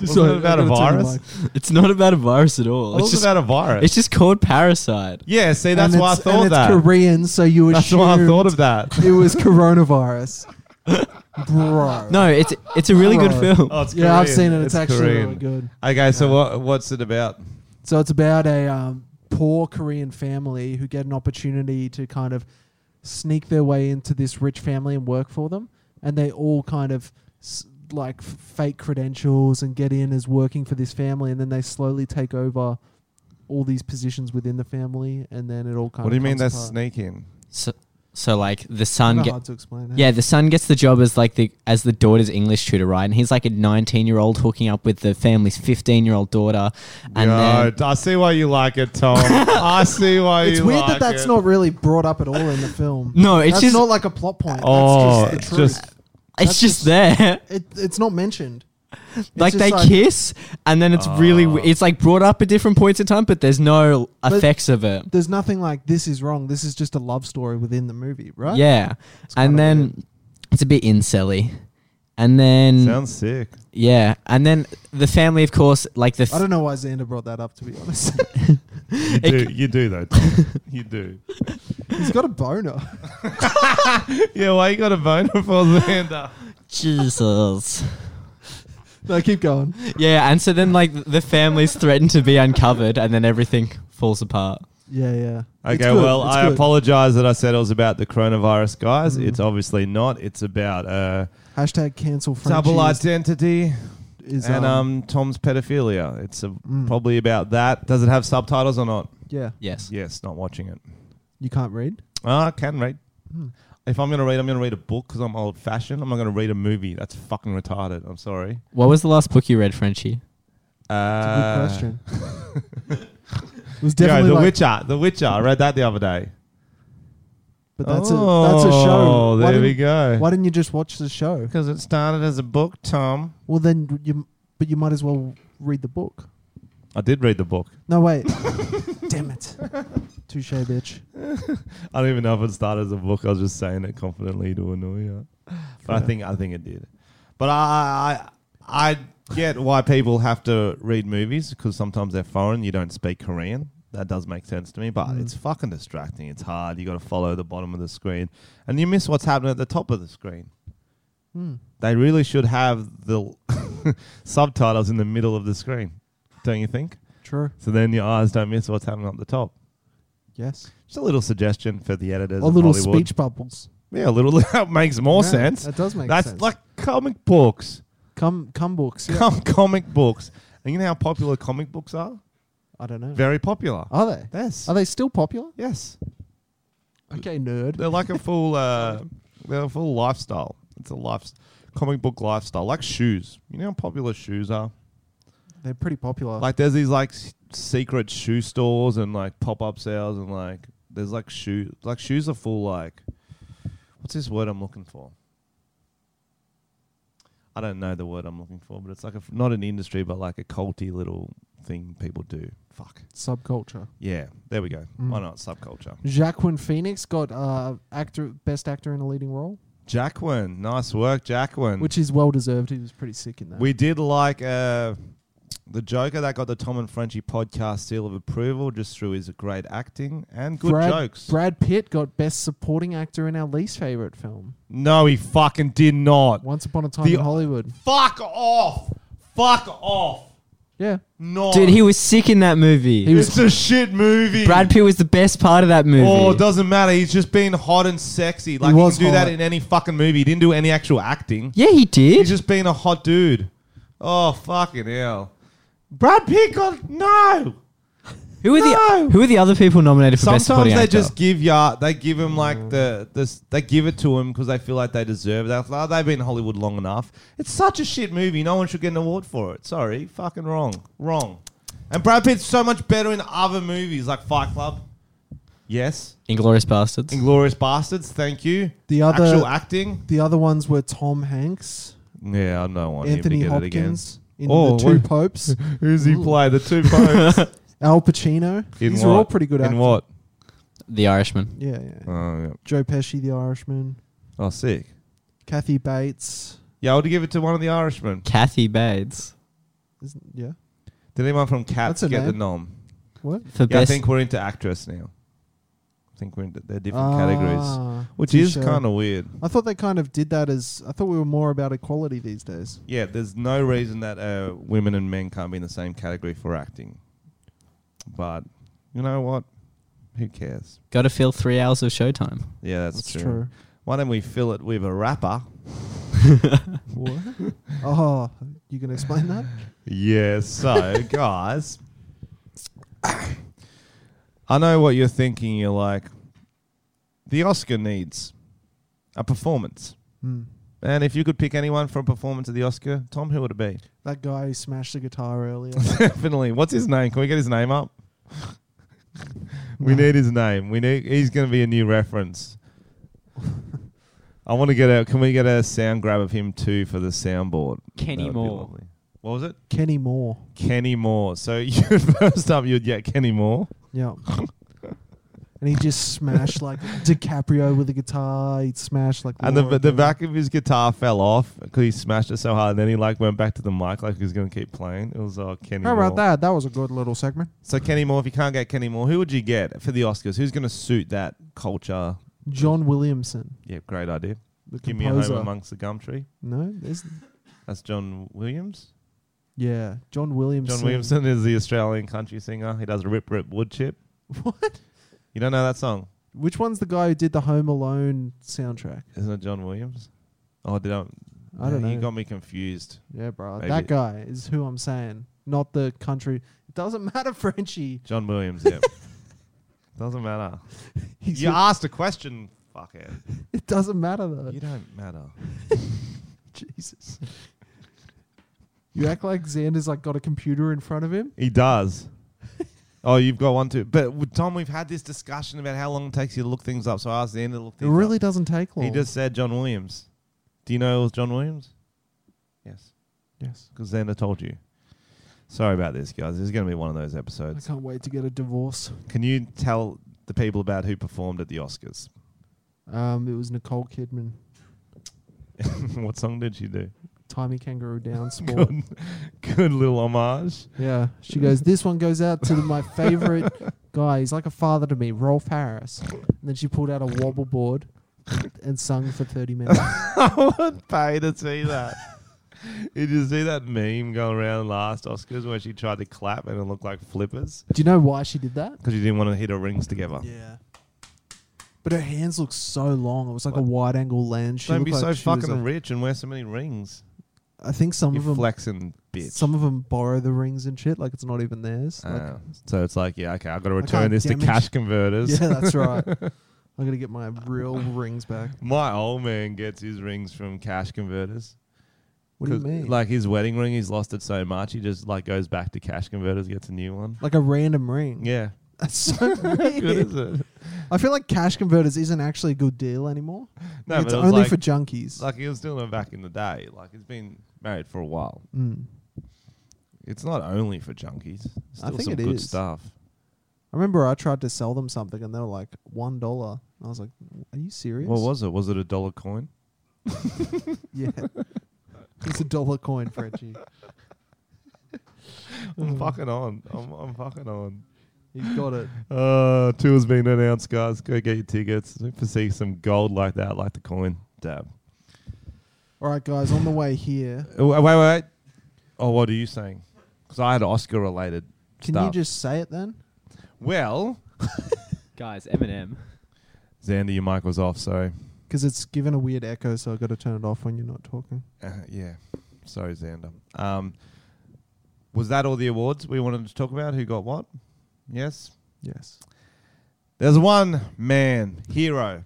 Speaker 6: Sorry,
Speaker 2: it about a
Speaker 1: I gotta turn the
Speaker 2: virus?
Speaker 1: mic.
Speaker 6: It's not about a virus at all.
Speaker 2: It
Speaker 6: It's
Speaker 2: was
Speaker 6: just
Speaker 2: about a virus.
Speaker 6: it's just called Parasite.
Speaker 2: yeah, see,
Speaker 1: And
Speaker 2: that's why I
Speaker 1: it's- and
Speaker 2: thought
Speaker 1: it's
Speaker 2: that.
Speaker 1: Korean, so you
Speaker 2: That's why I thought of that.
Speaker 1: it was coronavirus, bro.
Speaker 6: No, it's it's a really good
Speaker 1: Alright.
Speaker 6: film.
Speaker 2: Oh, it's
Speaker 1: yeah, I've
Speaker 2: Korean.
Speaker 1: seen it. It's, actually
Speaker 2: Korean.
Speaker 1: really good.
Speaker 2: Okay, so what, what's it about?
Speaker 1: So it's about a um, poor Korean family who get an opportunity to kind of sneak their way into this rich family and work for them, and they all kind of s- like f- fake credentials and get in as working for this family, and then they slowly take over all these positions within the family, and then it all kind
Speaker 2: What
Speaker 1: of.
Speaker 2: do you mean they're
Speaker 1: comes apart.
Speaker 2: sneaking?
Speaker 6: So, so like the
Speaker 1: Kinda
Speaker 6: son get,
Speaker 1: hard to explain. eh?
Speaker 6: yeah, the son gets the job as like the as the daughter's English tutor, right? And he's like a 19-year-old hooking up with the family's 15-year-old daughter and
Speaker 2: Yeah,
Speaker 6: then
Speaker 2: I see why you like it, Tom. I see why
Speaker 1: It's
Speaker 2: you
Speaker 1: weird
Speaker 2: like
Speaker 1: that that's
Speaker 2: it.
Speaker 1: not really brought up at all in the film.
Speaker 6: No, it's
Speaker 1: That's
Speaker 6: just-
Speaker 1: not like a plot point. that's
Speaker 2: Oh,
Speaker 1: just the
Speaker 2: it's
Speaker 1: truth.
Speaker 2: just-
Speaker 6: it's
Speaker 1: that's just-
Speaker 6: just there.
Speaker 1: It, it's not mentioned. It's
Speaker 6: like
Speaker 1: just
Speaker 6: they kiss and then it's really w- it's like brought up at different points in time, but there's no effects of it.
Speaker 1: There's nothing like this is wrong. This is just a love story within the movie, right?
Speaker 6: Yeah. And
Speaker 1: kinda
Speaker 6: then it's a bit incelly. And then
Speaker 2: Sounds sick.
Speaker 6: yeah, and then the family of course like the
Speaker 1: I
Speaker 6: f-
Speaker 1: don't know why Xander brought that up. To be honest,
Speaker 2: You do, you do though. Tom. you do.
Speaker 1: he's got a boner.
Speaker 2: Yeah, why you got a boner for Xander?
Speaker 6: Jesus.
Speaker 1: no, keep going.
Speaker 6: Yeah, and so then like the families threaten to be uncovered, and then everything falls apart.
Speaker 1: Yeah, yeah.
Speaker 2: Okay,
Speaker 1: It's good,
Speaker 2: well,
Speaker 1: it's
Speaker 2: I
Speaker 1: good. Mm-hmm.
Speaker 2: apologize that I said it was about the coronavirus, guys. It's obviously not. It's about uh,
Speaker 1: Hashtag cancel Frenchie
Speaker 2: double
Speaker 1: is,
Speaker 2: identity
Speaker 1: is,
Speaker 2: and
Speaker 1: um,
Speaker 2: um, Tom's pedophilia. It's a,
Speaker 1: Mm.
Speaker 2: probably about that. Does it have subtitles or not?
Speaker 1: yeah.
Speaker 6: Yes.
Speaker 2: Yes, not watching it.
Speaker 1: You can't read.
Speaker 2: Ah, I can read. If I'm going to read, I'm going to read a book because I'm old fashioned. I'm not going to read a movie. That's fucking retarded. I'm sorry.
Speaker 6: What was the last book you read, Frenchie?
Speaker 1: It's
Speaker 2: Uh,
Speaker 1: a good question. it was
Speaker 2: Yo,
Speaker 1: definitely
Speaker 2: The
Speaker 1: like-
Speaker 2: Witcher. The Witcher. I read that the other day.
Speaker 1: but that's a that's a show.
Speaker 2: Oh,
Speaker 1: Why
Speaker 2: there we
Speaker 1: didn't-
Speaker 2: go.
Speaker 1: Why didn't you just watch the show?
Speaker 2: Because it started as a book, Tom.
Speaker 1: Well, then you, but you might as well read the book.
Speaker 2: I did read the book.
Speaker 1: No, wait. Damn it. Touche, bitch.
Speaker 2: I don't even know if it started as a book. I was just saying it confidently to annoy you. But I think I think it did. But I I, I get why people have to read movies because sometimes they're foreign. You don't speak Korean. That does make sense to me. But it's fucking distracting. It's hard. You got to follow the bottom of the screen, and you miss what's happening at the top of the screen. They really should have the subtitles in the middle of the screen, don't you think?
Speaker 1: True.
Speaker 2: So then your eyes don't miss what's happening up the top.
Speaker 1: Yes.
Speaker 2: Just a little suggestion for the editors.
Speaker 1: Or
Speaker 2: of
Speaker 1: little
Speaker 2: Hollywood.
Speaker 1: speech bubbles.
Speaker 2: Yeah, a little. That makes more
Speaker 1: Yeah,
Speaker 2: sense.
Speaker 1: That does make
Speaker 2: That's
Speaker 1: sense.
Speaker 2: like comic books.
Speaker 1: cum cum books. Yeah.
Speaker 2: Com- comic books. And you know how popular comic books are?
Speaker 1: I don't know.
Speaker 2: Very popular.
Speaker 1: Are they?
Speaker 2: Yes.
Speaker 1: Are they still popular?
Speaker 2: yes.
Speaker 1: Okay, nerd.
Speaker 2: They're like a full. Uh, they're a full lifestyle. It's a life comic book lifestyle, like shoes. You know how popular shoes are.
Speaker 1: They're pretty popular.
Speaker 2: Like there's these like s- secret shoe stores and like pop up sales and like there's like shoe like shoes are full like what's this word I'm looking for? I don't know the word I'm looking for, but it's like a, f- not an industry, but like a culty little thing people do. Fuck.
Speaker 1: Subculture.
Speaker 2: Yeah, there we go.
Speaker 1: Mm.
Speaker 2: Why not subculture?
Speaker 1: Jacqueline Phoenix got uh, actor best actor in a leading role,
Speaker 2: Jacqueline, nice work, Jacqueline.
Speaker 1: which is well deserved. He was pretty sick in that.
Speaker 2: Hmm. we did like uh, the Joker that got the Tom and Frenchie podcast seal of approval just through his great acting and good
Speaker 1: Brad,
Speaker 2: jokes.
Speaker 1: Brad Pitt got best supporting actor in our least favorite film,
Speaker 2: no, he fucking did not.
Speaker 1: Once Upon a Time
Speaker 2: The-
Speaker 1: in Hollywood.
Speaker 2: Fuck off. Fuck off.
Speaker 1: Yeah,
Speaker 2: No.
Speaker 6: Dude, he was sick in that movie.
Speaker 1: He was-
Speaker 2: It's a shit movie.
Speaker 6: Brad Pitt was the best part of that movie.
Speaker 2: Oh, it doesn't matter. He's just being hot and sexy. Like he,
Speaker 1: was
Speaker 2: can do that
Speaker 1: hot.
Speaker 2: in any fucking movie. He didn't do any actual acting.
Speaker 6: yeah, he did.
Speaker 2: He's just being a hot dude. Oh fucking hell. Brad Pitt got no.
Speaker 6: who were
Speaker 2: No!
Speaker 6: the who were the other people nominated for best
Speaker 2: Sometimes
Speaker 6: supporting
Speaker 2: they
Speaker 6: actor?
Speaker 2: just give ya. They give him like the this. They give it to him because they feel like they deserve it. They're Like, "Oh, they've been in Hollywood long enough. It's such a shit movie. No one should get an award for it. Sorry, fucking wrong, wrong. And Brad Pitt's so much better in other movies like Fight Club. Yes,
Speaker 6: Inglorious Bastards.
Speaker 2: Inglorious Bastards. Thank you.
Speaker 1: The other-
Speaker 2: actual acting.
Speaker 1: the other ones were Tom Hanks,
Speaker 2: Yeah, I don't want
Speaker 1: Anthony
Speaker 2: him to Oh, get
Speaker 1: Hopkins in
Speaker 2: Oh,
Speaker 1: the Two
Speaker 2: what-
Speaker 1: Popes,
Speaker 2: it again. Who's he play? The two folks.
Speaker 1: Al Pacino.
Speaker 2: In
Speaker 1: These
Speaker 2: what?
Speaker 1: are all pretty good
Speaker 2: In
Speaker 1: actors.
Speaker 2: what?
Speaker 6: The Irishman.
Speaker 1: Yeah, yeah.
Speaker 2: Oh, yeah.
Speaker 1: Joe Pesci, The Irishman.
Speaker 2: oh, sick.
Speaker 1: Kathy Bates.
Speaker 2: Yeah, I would give it to one of the Irishmen.
Speaker 6: Kathy Bates
Speaker 1: Isn't, yeah.
Speaker 2: Did anyone from Cats
Speaker 1: That's her
Speaker 2: get the
Speaker 1: name.
Speaker 2: nom?
Speaker 1: What?
Speaker 6: for
Speaker 2: Yeah,
Speaker 6: best.
Speaker 2: I think we're into actress now. I think we're into they're different categories,
Speaker 1: Ah,
Speaker 2: which
Speaker 1: TV
Speaker 2: is
Speaker 1: show.
Speaker 2: kind of weird.
Speaker 1: I thought they kind of did that as. I thought we were more about equality these days.
Speaker 2: Yeah, there's no reason that uh, women and men can't be in the same category for acting, but you know what? Who cares?
Speaker 6: Got to fill three hours of showtime.
Speaker 2: Yeah, that's,
Speaker 1: That's
Speaker 2: true.
Speaker 1: true.
Speaker 2: Why don't we fill it with a rapper?
Speaker 1: What? oh, you can explain that?
Speaker 2: Yeah, so guys, I know what you're thinking. You're like, the Oscar needs a performance.
Speaker 1: Hmm.
Speaker 2: And if you could pick anyone for a performance at the Oscar, Tom, who would it be?
Speaker 1: That guy who smashed the guitar earlier.
Speaker 2: Definitely. What's his name? Can we get his name up? we need his name. We need. He's going to be a new reference. I want to get a. Can we get a sound grab of him too for the soundboard?
Speaker 6: Kenny
Speaker 2: That would be
Speaker 6: Moore.
Speaker 2: lovely. What was it?
Speaker 1: Kenny Moore.
Speaker 2: Kenny Moore. So you first up, you'd get Kenny Moore.
Speaker 1: Yeah. and he just smashed like DiCaprio with a guitar. He'd smash like.
Speaker 2: And the,
Speaker 1: Laura
Speaker 2: the
Speaker 1: Dern.
Speaker 2: back of his guitar fell off because he smashed it so hard. And then he like went back to the mic like he was going to keep playing. It was uh, Kenny
Speaker 1: How
Speaker 2: Moore.
Speaker 1: about that? That was a good little segment.
Speaker 2: So Kenny Moore, if you can't get Kenny Moore, who would you get for the Oscars? Who's going to suit that culture?
Speaker 1: John Williamson,
Speaker 2: Yeah, great idea.
Speaker 1: the
Speaker 2: Give me a
Speaker 1: composer.
Speaker 2: home amongst the gum tree.
Speaker 1: no, there's
Speaker 2: That's John Williams.
Speaker 1: yeah, John Williamson.
Speaker 2: John Williamson is the Australian country singer. He does Rip Rip Wood Chip.
Speaker 1: What?
Speaker 2: You don't know that song?
Speaker 1: Which one's the guy who did the Home Alone soundtrack?
Speaker 2: Isn't it John Williams? Oh, did I?
Speaker 1: I don't
Speaker 2: Yeah,
Speaker 1: know.
Speaker 2: You got me confused.
Speaker 1: yeah, bro,
Speaker 2: Maybe.
Speaker 1: that guy is who I'm saying, not the country. It doesn't matter, Frenchie.
Speaker 2: John Williams, yeah. Doesn't matter.
Speaker 1: He's
Speaker 2: you asked a question. Fuck it.
Speaker 1: It doesn't matter though.
Speaker 2: You don't matter.
Speaker 1: Jesus. You act like Xander's like got a computer in front of him.
Speaker 2: He does. oh, you've got one too. But with Tom, we've had this discussion about how long it takes you to look things up. So I asked Xander to look
Speaker 1: It
Speaker 2: things
Speaker 1: really
Speaker 2: up.
Speaker 1: doesn't take long.
Speaker 2: He just said John Williams. Do you know it was John Williams? Yes.
Speaker 1: Yes.
Speaker 2: Because Xander told you. Sorry about this, guys. This is going to be one of those
Speaker 1: I
Speaker 2: episodes.
Speaker 1: can't wait to get a divorce.
Speaker 2: Can you tell the people about who performed at the Oscars?
Speaker 1: Um, it was Nicole Kidman,
Speaker 2: what song did she do?
Speaker 1: Timey Kangaroo Down Sport.
Speaker 2: Good, good little homage.
Speaker 1: Yeah. She goes, This one goes out to my favorite guy. He's like a father to me, Rolf Harris. And then she pulled out a wobble board and sung for 30 minutes.
Speaker 2: I would pay to see that. Did you see that meme going around last Oscars where she tried to clap and it looked like flippers
Speaker 1: Do you know why she did that?
Speaker 2: because she didn't want to hit her rings together?
Speaker 1: Yeah. But her hands look so long. It was like a wide angle lens. She
Speaker 2: Don't
Speaker 1: looked
Speaker 2: be
Speaker 1: like
Speaker 2: so
Speaker 1: she was
Speaker 2: fucking
Speaker 1: a-
Speaker 2: rich and wear so many rings.
Speaker 1: I think some
Speaker 2: You
Speaker 1: of them
Speaker 2: flexing bitch.
Speaker 1: some of them borrow the rings and shit. Like it's not even theirs. Like,
Speaker 2: Ah, so it's like, yeah, okay, I've got to
Speaker 1: I
Speaker 2: return
Speaker 1: can't
Speaker 2: this to
Speaker 1: damage-
Speaker 2: cash converters.
Speaker 1: yeah, that's right. I'm gonna get my real rings back.
Speaker 2: My old man gets his rings from cash converters.
Speaker 1: What do you
Speaker 2: 'Cause,
Speaker 1: mean?
Speaker 2: Like his wedding ring, he's lost it so much, he just like goes back to cash converters, gets a new one.
Speaker 1: Like a random ring.
Speaker 2: Yeah.
Speaker 1: That's so
Speaker 2: good
Speaker 1: weird.
Speaker 2: is it?
Speaker 1: I feel like cash converters isn't actually a good deal anymore.
Speaker 2: No,
Speaker 1: it's
Speaker 2: but it was
Speaker 1: only
Speaker 2: like,
Speaker 1: for junkies.
Speaker 2: like he was doing it back in the day. Like he's been married for a while.
Speaker 1: Mm.
Speaker 2: It's not only for junkies. Still
Speaker 1: I think
Speaker 2: some
Speaker 1: it
Speaker 2: good
Speaker 1: is.
Speaker 2: stuff.
Speaker 1: I remember I tried to sell them something and they were like one dollar. I was like, "Are you serious?"
Speaker 2: What was it? Was it a dollar coin?
Speaker 1: Yeah, it's a dollar coin, Frenchie. Mm.
Speaker 2: I'm fucking on. I'm, I'm fucking on.
Speaker 1: He's got it.
Speaker 2: Uh, tour's been announced, guys. Go get your tickets. Look for see some gold like that, like the coin. Dab.
Speaker 1: All right, guys. On the way here,
Speaker 2: Oh, Wait, wait, wait. Oh, what are you saying? Because I had Oscar related
Speaker 1: can you just say it then?
Speaker 2: Well,
Speaker 6: Guys, Eminem.
Speaker 2: Xander, your mic was off, so.
Speaker 1: Because it's given a weird echo, so I got to turn it off when you're not talking.
Speaker 2: Uh, yeah. Sorry, Xander. Um, was that all the awards we wanted to talk about? Who got what? Yes.
Speaker 1: Yes.
Speaker 2: There's one man, hero,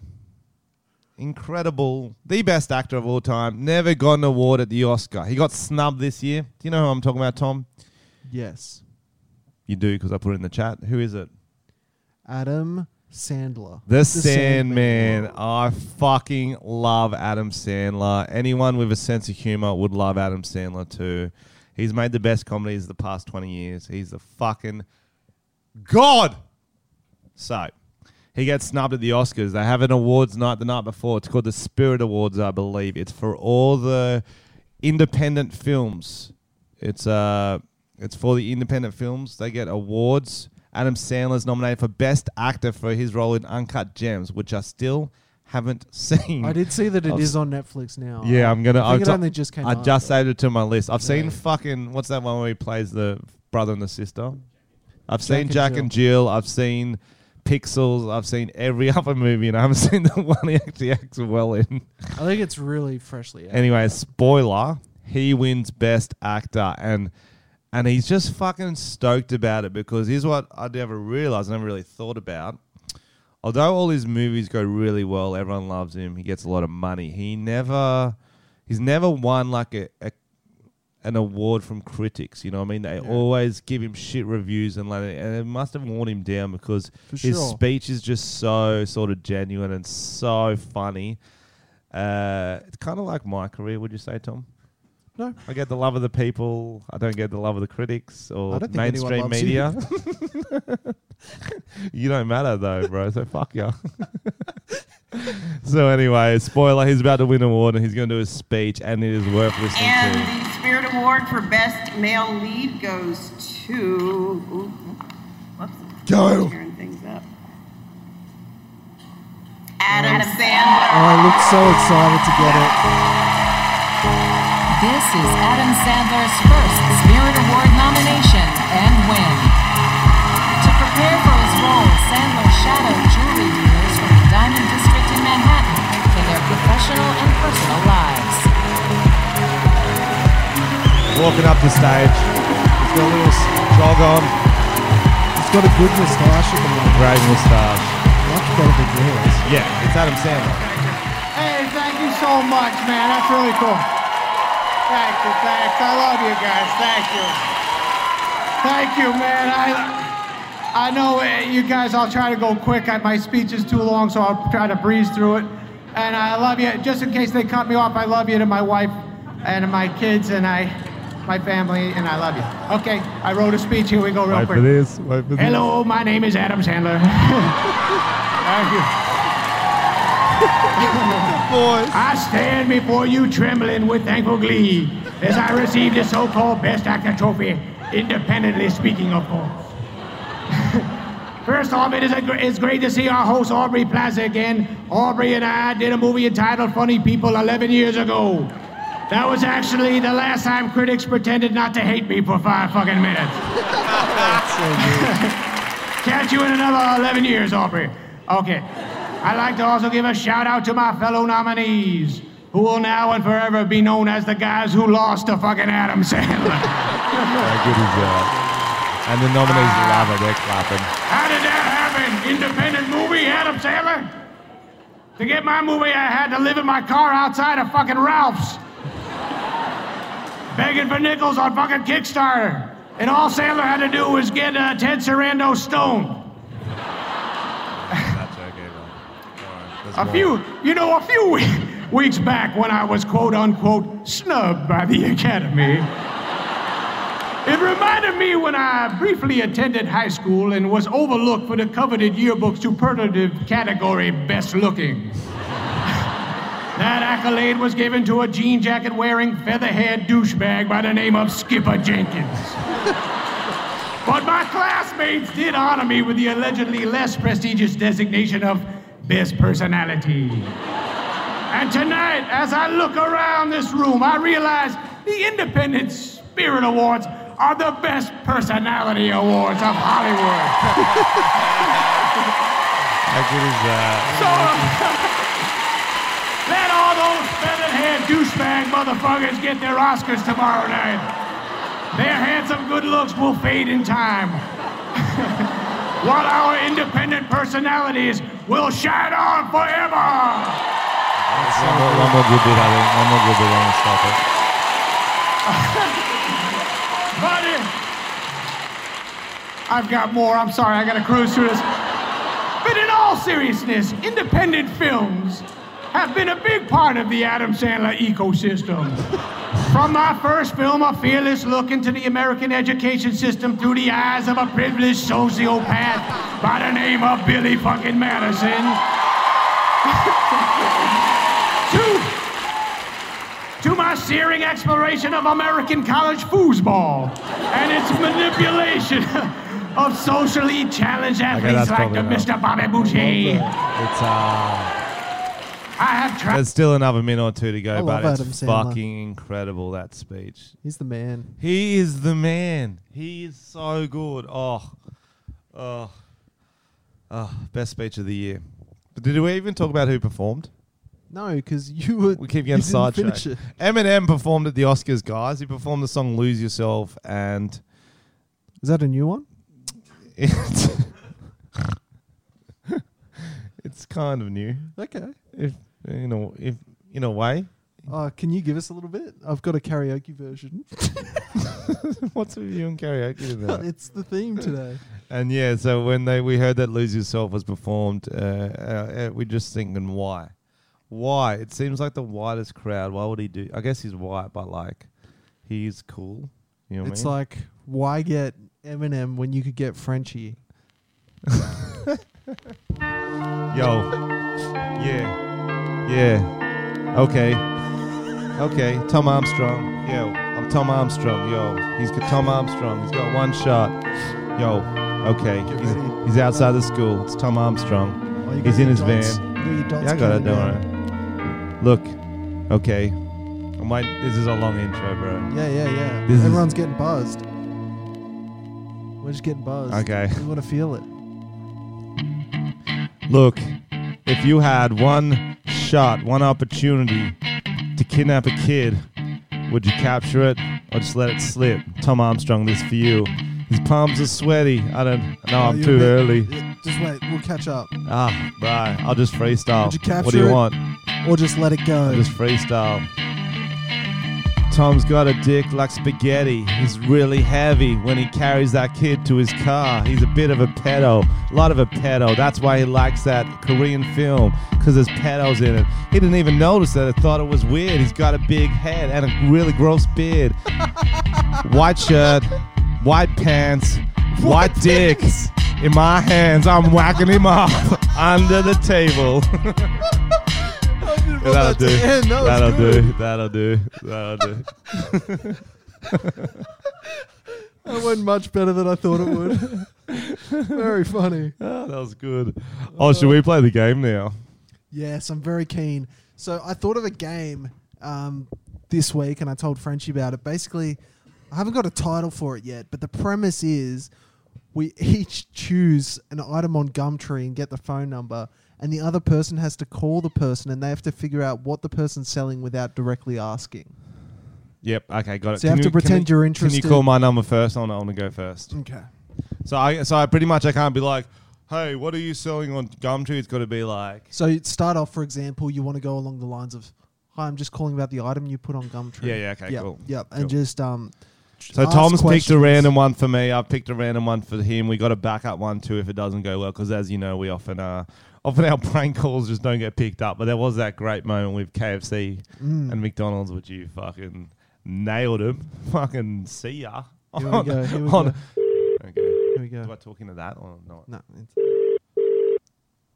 Speaker 2: incredible, the best actor of all time. Never got an award at the Oscar. He got snubbed this year. Do you know who I'm talking about, Tom?
Speaker 1: Yes.
Speaker 2: You do because I put it in the chat. Who is it?
Speaker 1: Adam Sandler.
Speaker 2: The, Sandman. I fucking love Adam Sandler. Anyone with a sense of humor would love Adam Sandler too. He's made the best comedies of the past 20 years. He's the fucking God. So he gets snubbed at the Oscars. They have an awards night the night before. It's called the Spirit Awards, I believe. It's for all the independent films. It's uh it's for the independent films. They get awards. Adam Sandler's nominated for Best Actor for his role in Uncut Gems, which I still haven't seen.
Speaker 1: I did see that it
Speaker 2: I've
Speaker 1: is on Netflix now.
Speaker 2: Yeah, I'm gonna.
Speaker 1: I think it
Speaker 2: I'll-
Speaker 1: only just came
Speaker 2: I
Speaker 1: out.
Speaker 2: just saved it to my list. I've
Speaker 1: Yeah.
Speaker 2: seen fucking what's that one where he plays the brother and the sister. I've seen
Speaker 1: and
Speaker 2: Jack
Speaker 1: Jill.
Speaker 2: and Jill. I've seen Pixels. I've seen every other movie, and I haven't seen the one he actually acts well in.
Speaker 1: I think it's really freshly. Out.
Speaker 2: Anyway, spoiler: he wins Best Actor, and and he's just fucking stoked about it because here's what I never realized, I never really thought about. Although all his movies go really well, everyone loves him. He gets a lot of money. He never, he's never won like a, a an award from critics. You know what I mean? They always give him shit reviews and like, and it must have worn him down because
Speaker 1: For
Speaker 2: his
Speaker 1: sure.
Speaker 2: speech is just so sort of genuine and so funny. Uh, it's kind of like my career, would you say, Tom?
Speaker 1: No.
Speaker 2: I get the love of the people. I don't get the love of the critics or
Speaker 1: I don't think anyone
Speaker 2: mainstream
Speaker 1: loves you.
Speaker 2: media. you don't matter though, bro. So fuck ya. so anyway, spoiler: he's about to win an award and he's going to do a speech, and it is worth listening to.
Speaker 9: And the Spirit Award for Best Male Lead goes to. Ooh, whoops.
Speaker 2: Go.
Speaker 9: Tearing things up. Adam Sandler.
Speaker 1: Oh, I looked so excited to get it.
Speaker 10: This is Adam Sandler's first Spirit Award nomination and win. To prepare for his role, Sandler shadowed jewelry dealers from the Diamond District in Manhattan for their professional and personal lives.
Speaker 2: Walking up the stage, he's got a little s- jog on,
Speaker 1: It's got a good moustache at the moment.
Speaker 2: grey moustache.
Speaker 1: Much better than yours.
Speaker 2: Yeah, it's Adam Sandler.
Speaker 11: Hey, thank you so much, man. That's really cool. Thank you, thanks. I love you guys. Thank you. Thank you, man. I I know uh, you guys. I'll try to go quick. I, my speech is too long, so I'll try to breeze through it. And I love you. Just in case they cut me off, I love you to my wife and to my kids and I, my family, and I love you. Okay, I wrote a speech. Here we go, real
Speaker 2: Wait
Speaker 11: quick.
Speaker 2: for this. Wait for this.
Speaker 11: Hello, my name is Adam Sandler. Thank you. I stand before you trembling with thankful glee as I receive the so-called Best Actor trophy, independently speaking, of course. First off, it is a gr- it's great to see our host Aubrey Plaza again. Aubrey and I did a movie entitled Funny People 11 years ago. That was actually the last time critics pretended not to hate me for five fucking minutes. Catch you in another 11 years, Aubrey. Okay. I'd like to also give a shout out to my fellow nominees, who will now and forever be known as the guys who lost to fucking Adam Sandler.
Speaker 2: How good is that? And the nominees love it. They're clapping.
Speaker 11: How did that happen? Independent movie, Adam Sandler? To get my movie, I had to live in my car outside of fucking Ralph's. Begging for nickels on fucking Kickstarter. And all Sandler had to do was get uh, Ted Sarando stoned.
Speaker 2: There's
Speaker 11: A
Speaker 2: more.
Speaker 11: few, you know, a few we- weeks back when I was quote unquote snubbed by the Academy, it reminded me when I briefly attended high school and was overlooked for the coveted yearbook superlative category best looking. that accolade was given to a jean jacket wearing feather haired douchebag by the name of Skipper Jenkins. But my classmates did honor me with the allegedly less prestigious designation of best personality. And tonight, as I look around this room, I realize the Independent Spirit Awards are the best personality awards of Hollywood.
Speaker 2: How good is that?
Speaker 11: So, let all those feathered-haired douchebag motherfuckers get their Oscars tomorrow night. Their handsome good looks will fade in time, while our independent personalities will shine on forever.
Speaker 2: One more, one more good bit, I think. One more good bit,
Speaker 11: Buddy,
Speaker 2: I'm gonna stop it.
Speaker 11: I've got more. I'm sorry, I gotta cruise through this. But in all seriousness, independent films have been a big part of the Adam Sandler ecosystem. From my first film, a fearless look into the American education system through the eyes of a privileged sociopath by the name of Billy fucking Madison. to to my searing exploration of American college foosball and its manipulation of socially challenged athletes
Speaker 2: that's
Speaker 11: like the
Speaker 2: probably enough.
Speaker 11: Mr. Bobby Boucher.
Speaker 2: It's uh,
Speaker 11: I have tried.
Speaker 2: there's still another minute or two to go,
Speaker 1: I love
Speaker 2: but
Speaker 1: Adam
Speaker 2: it's
Speaker 1: Sandler.
Speaker 2: fucking incredible that speech.
Speaker 1: He's the man.
Speaker 2: He is the man. He is so good. Oh, oh, oh, best speech of the year. But did we even talk about who performed?
Speaker 1: No, because you were.
Speaker 2: We keep
Speaker 1: you
Speaker 2: getting
Speaker 1: didn't
Speaker 2: sidetracked.
Speaker 1: finish it.
Speaker 2: Eminem performed at the Oscars, guys. He performed the song "Lose Yourself" and
Speaker 1: Is that a new one?
Speaker 2: it's it's kind of new.
Speaker 1: Okay.
Speaker 2: If you know, if in a way,
Speaker 1: Uh, can you give us a little bit? I've got a karaoke version.
Speaker 2: what's with you and karaoke about?
Speaker 1: it's the theme today.
Speaker 2: And yeah, so when they we heard that "Lose Yourself" was performed, uh, uh, uh, we just thinking, why, why? It seems like the whitest crowd. Why would he do? I guess he's white, but like, he's cool. You know what
Speaker 1: it's
Speaker 2: I mean?
Speaker 1: like, why get Eminem when you could get Frenchie?
Speaker 2: Like, yo, yeah, yeah, okay, okay. Tom Armstrong, yo, I'm Tom Armstrong, yo. He's got Tom Armstrong. He's got one shot, yo. Okay,
Speaker 1: ready.
Speaker 2: he's, he's outside the school. It's Tom Armstrong.
Speaker 1: Oh, you
Speaker 2: He's
Speaker 1: got your
Speaker 2: in his
Speaker 1: dots-
Speaker 2: van.
Speaker 1: you got your dots
Speaker 2: Yeah, I got
Speaker 1: counted
Speaker 2: it. Don't
Speaker 1: down.
Speaker 2: worry. Look, okay. I might. This is a long intro, bro.
Speaker 1: Yeah, yeah, yeah.
Speaker 2: This is-
Speaker 1: Everyone's getting buzzed. We're just getting buzzed.
Speaker 2: Okay.
Speaker 1: We want to feel it.
Speaker 2: Look, if you had one shot, one opportunity to kidnap a kid, would you capture it or just let it slip? Tom Armstrong, this for you. His palms are sweaty. I don't. No, I'm
Speaker 1: You're
Speaker 2: too
Speaker 1: a bit-
Speaker 2: early.
Speaker 1: yeah, Just wait. We'll catch up.
Speaker 2: Ah, bro. I'll just freestyle.
Speaker 1: Would you
Speaker 2: what do you
Speaker 1: capture it?
Speaker 2: want?
Speaker 1: Or just let it go.
Speaker 2: Just freestyle. Tom's got a dick like spaghetti. He's really heavy when he carries that kid to his car. He's a bit of a pedo, a lot of a pedo. That's why he likes that Korean film, because there's pedos in it. He didn't even notice that. I thought it was weird. He's got a big head and a really gross beard. white shirt, white pants, white dicks in my hands. I'm whacking him up under the table. That'll do. That'll do. That'll do. That'll do.
Speaker 1: That went much better than I thought it would. very funny.
Speaker 2: Oh, that was good. Oh, should we play the game now?
Speaker 1: Yes, I'm very keen. So I thought of a game um, this week, and I told Frenchie about it. Basically, I haven't got a title for it yet, but the premise is we each choose an item on Gumtree and get the phone number, and the other person has to call the person, and they have to figure out what the person's selling without directly asking.
Speaker 2: Yep. Okay, got it.
Speaker 1: So you have to pretend
Speaker 2: can
Speaker 1: you're
Speaker 2: Can
Speaker 1: interested.
Speaker 2: you call my number first? I want to, I want to go first.
Speaker 1: Okay.
Speaker 2: So I, so I pretty much I can't be like, hey, what are you selling on Gumtree? It's got to be like,
Speaker 1: So you start off, for example, you want to go along the lines of, "Hi, I'm just calling about the item you put on Gumtree."
Speaker 2: Yeah, yeah, okay,
Speaker 1: yep,
Speaker 2: cool,
Speaker 1: Yep,
Speaker 2: cool.
Speaker 1: and just um.
Speaker 2: So
Speaker 1: ask
Speaker 2: Tom's picked a
Speaker 1: questions.
Speaker 2: random one for me. I've picked a random one for him. We got a backup one too if it doesn't go well, because as you know, we often uh, often our prank calls just don't get picked up. But there was that great moment with KFC
Speaker 1: Mm.
Speaker 2: and McDonald's, which you fucking nailed him. Fucking see ya.
Speaker 1: Here we go, here we
Speaker 2: on- Okay.
Speaker 1: Here we go.
Speaker 2: Do I talk into that or not?
Speaker 1: No, it's,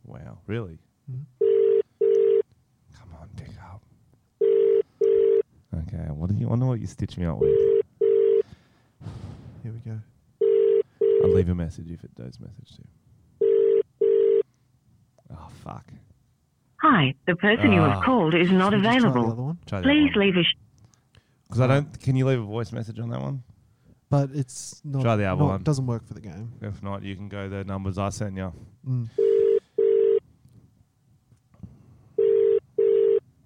Speaker 2: Wow, really?
Speaker 1: Mhm.
Speaker 2: Come on, pick up. Okay, what do you? I wonder what you stitch me up with.
Speaker 1: here we go.
Speaker 2: I'll leave a message if it does message too. Oh fuck.
Speaker 12: Hi, the person you
Speaker 2: Ah.
Speaker 12: have called is not
Speaker 1: Should we just try the
Speaker 12: available.
Speaker 1: other one?
Speaker 2: Try that
Speaker 12: Please
Speaker 2: one.
Speaker 12: leave a. Sh-
Speaker 2: Because I don't. Can you leave a voice message on that one?
Speaker 1: But it's not.
Speaker 2: Try the other
Speaker 1: not-
Speaker 2: one.
Speaker 1: Doesn't work for the game.
Speaker 2: If not, you can go the numbers I sent you.
Speaker 1: Mm.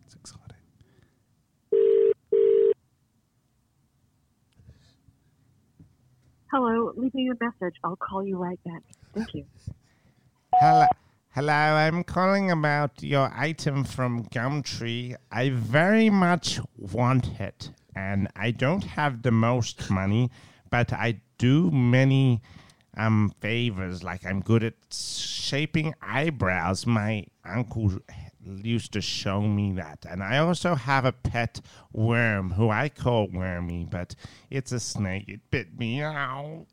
Speaker 1: It's exciting.
Speaker 12: Hello, leave me your message. I'll call you right back. Thank you.
Speaker 2: Hello, hello. I'm calling about your item from Gumtree. I very much want it, and I don't have the most money, but I do many um favors. Like I'm good at shaping eyebrows. My uncle used to show me that, and I also have a pet worm who I call Wormy, but it's a snake. It bit me. Ow.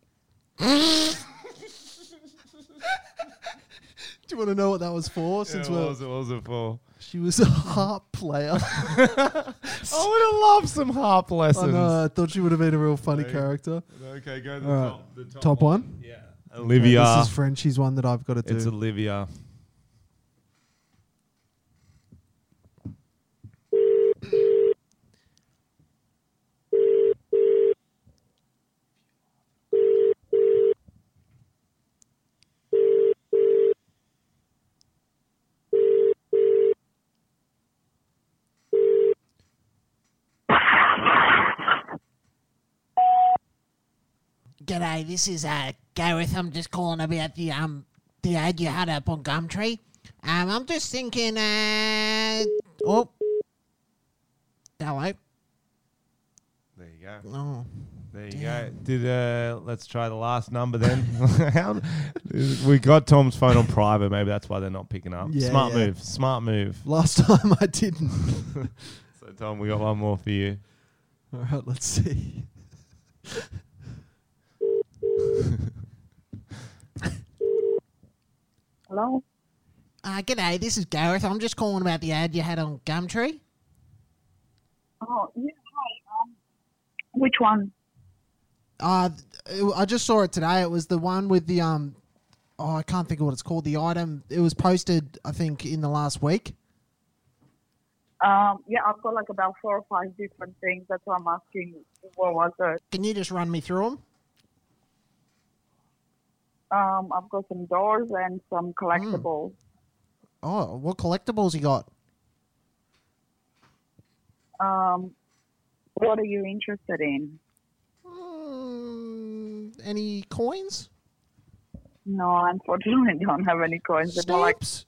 Speaker 1: Do you want to know what that was for? Since we're,
Speaker 2: it? What was it for?
Speaker 1: she was a harp player.
Speaker 2: I would have loved some harp
Speaker 1: I
Speaker 2: lessons.
Speaker 1: know. I thought she would have been a real funny character.
Speaker 2: Okay, go
Speaker 1: All right. top, one. Yeah.
Speaker 2: Olivia.
Speaker 1: this is Frenchie's one that I've got to do.
Speaker 2: it's Olivia.
Speaker 13: G'day, this is uh, Gareth. I'm just calling about the um the ad you had up on Gumtree. Um, I'm just thinking. Uh, oh, hello.
Speaker 2: There you go.
Speaker 13: Oh,
Speaker 2: There you go. Did uh, let's try the last number then. How- we got Tom's phone on private. Maybe that's why they're not picking up.
Speaker 1: Yeah,
Speaker 2: smart
Speaker 1: yeah.
Speaker 2: move. Smart move.
Speaker 1: Last time I didn't.
Speaker 2: So Tom, we got one more for you.
Speaker 1: All right, let's see.
Speaker 13: hello. Uh, g'day, this is Gareth. I'm just calling about the ad you had on Gumtree.
Speaker 14: Oh, yeah, hi. Um, which one?
Speaker 13: Uh, it- I just saw it today. It was the one with the um, oh, I can't think of what it's called. The item it was posted, I think, in the last week.
Speaker 14: Um, yeah, I've got like about four or five different things. That's why I'm asking what was it.
Speaker 13: Can you just run me through them?
Speaker 14: Um, I've got some doors and some collectibles.
Speaker 13: Oh, what collectibles you got?
Speaker 14: Um, what are you interested in?
Speaker 13: Mm, any coins?
Speaker 14: No, unfortunately, I don't have any coins. They're more like
Speaker 13: Stamps?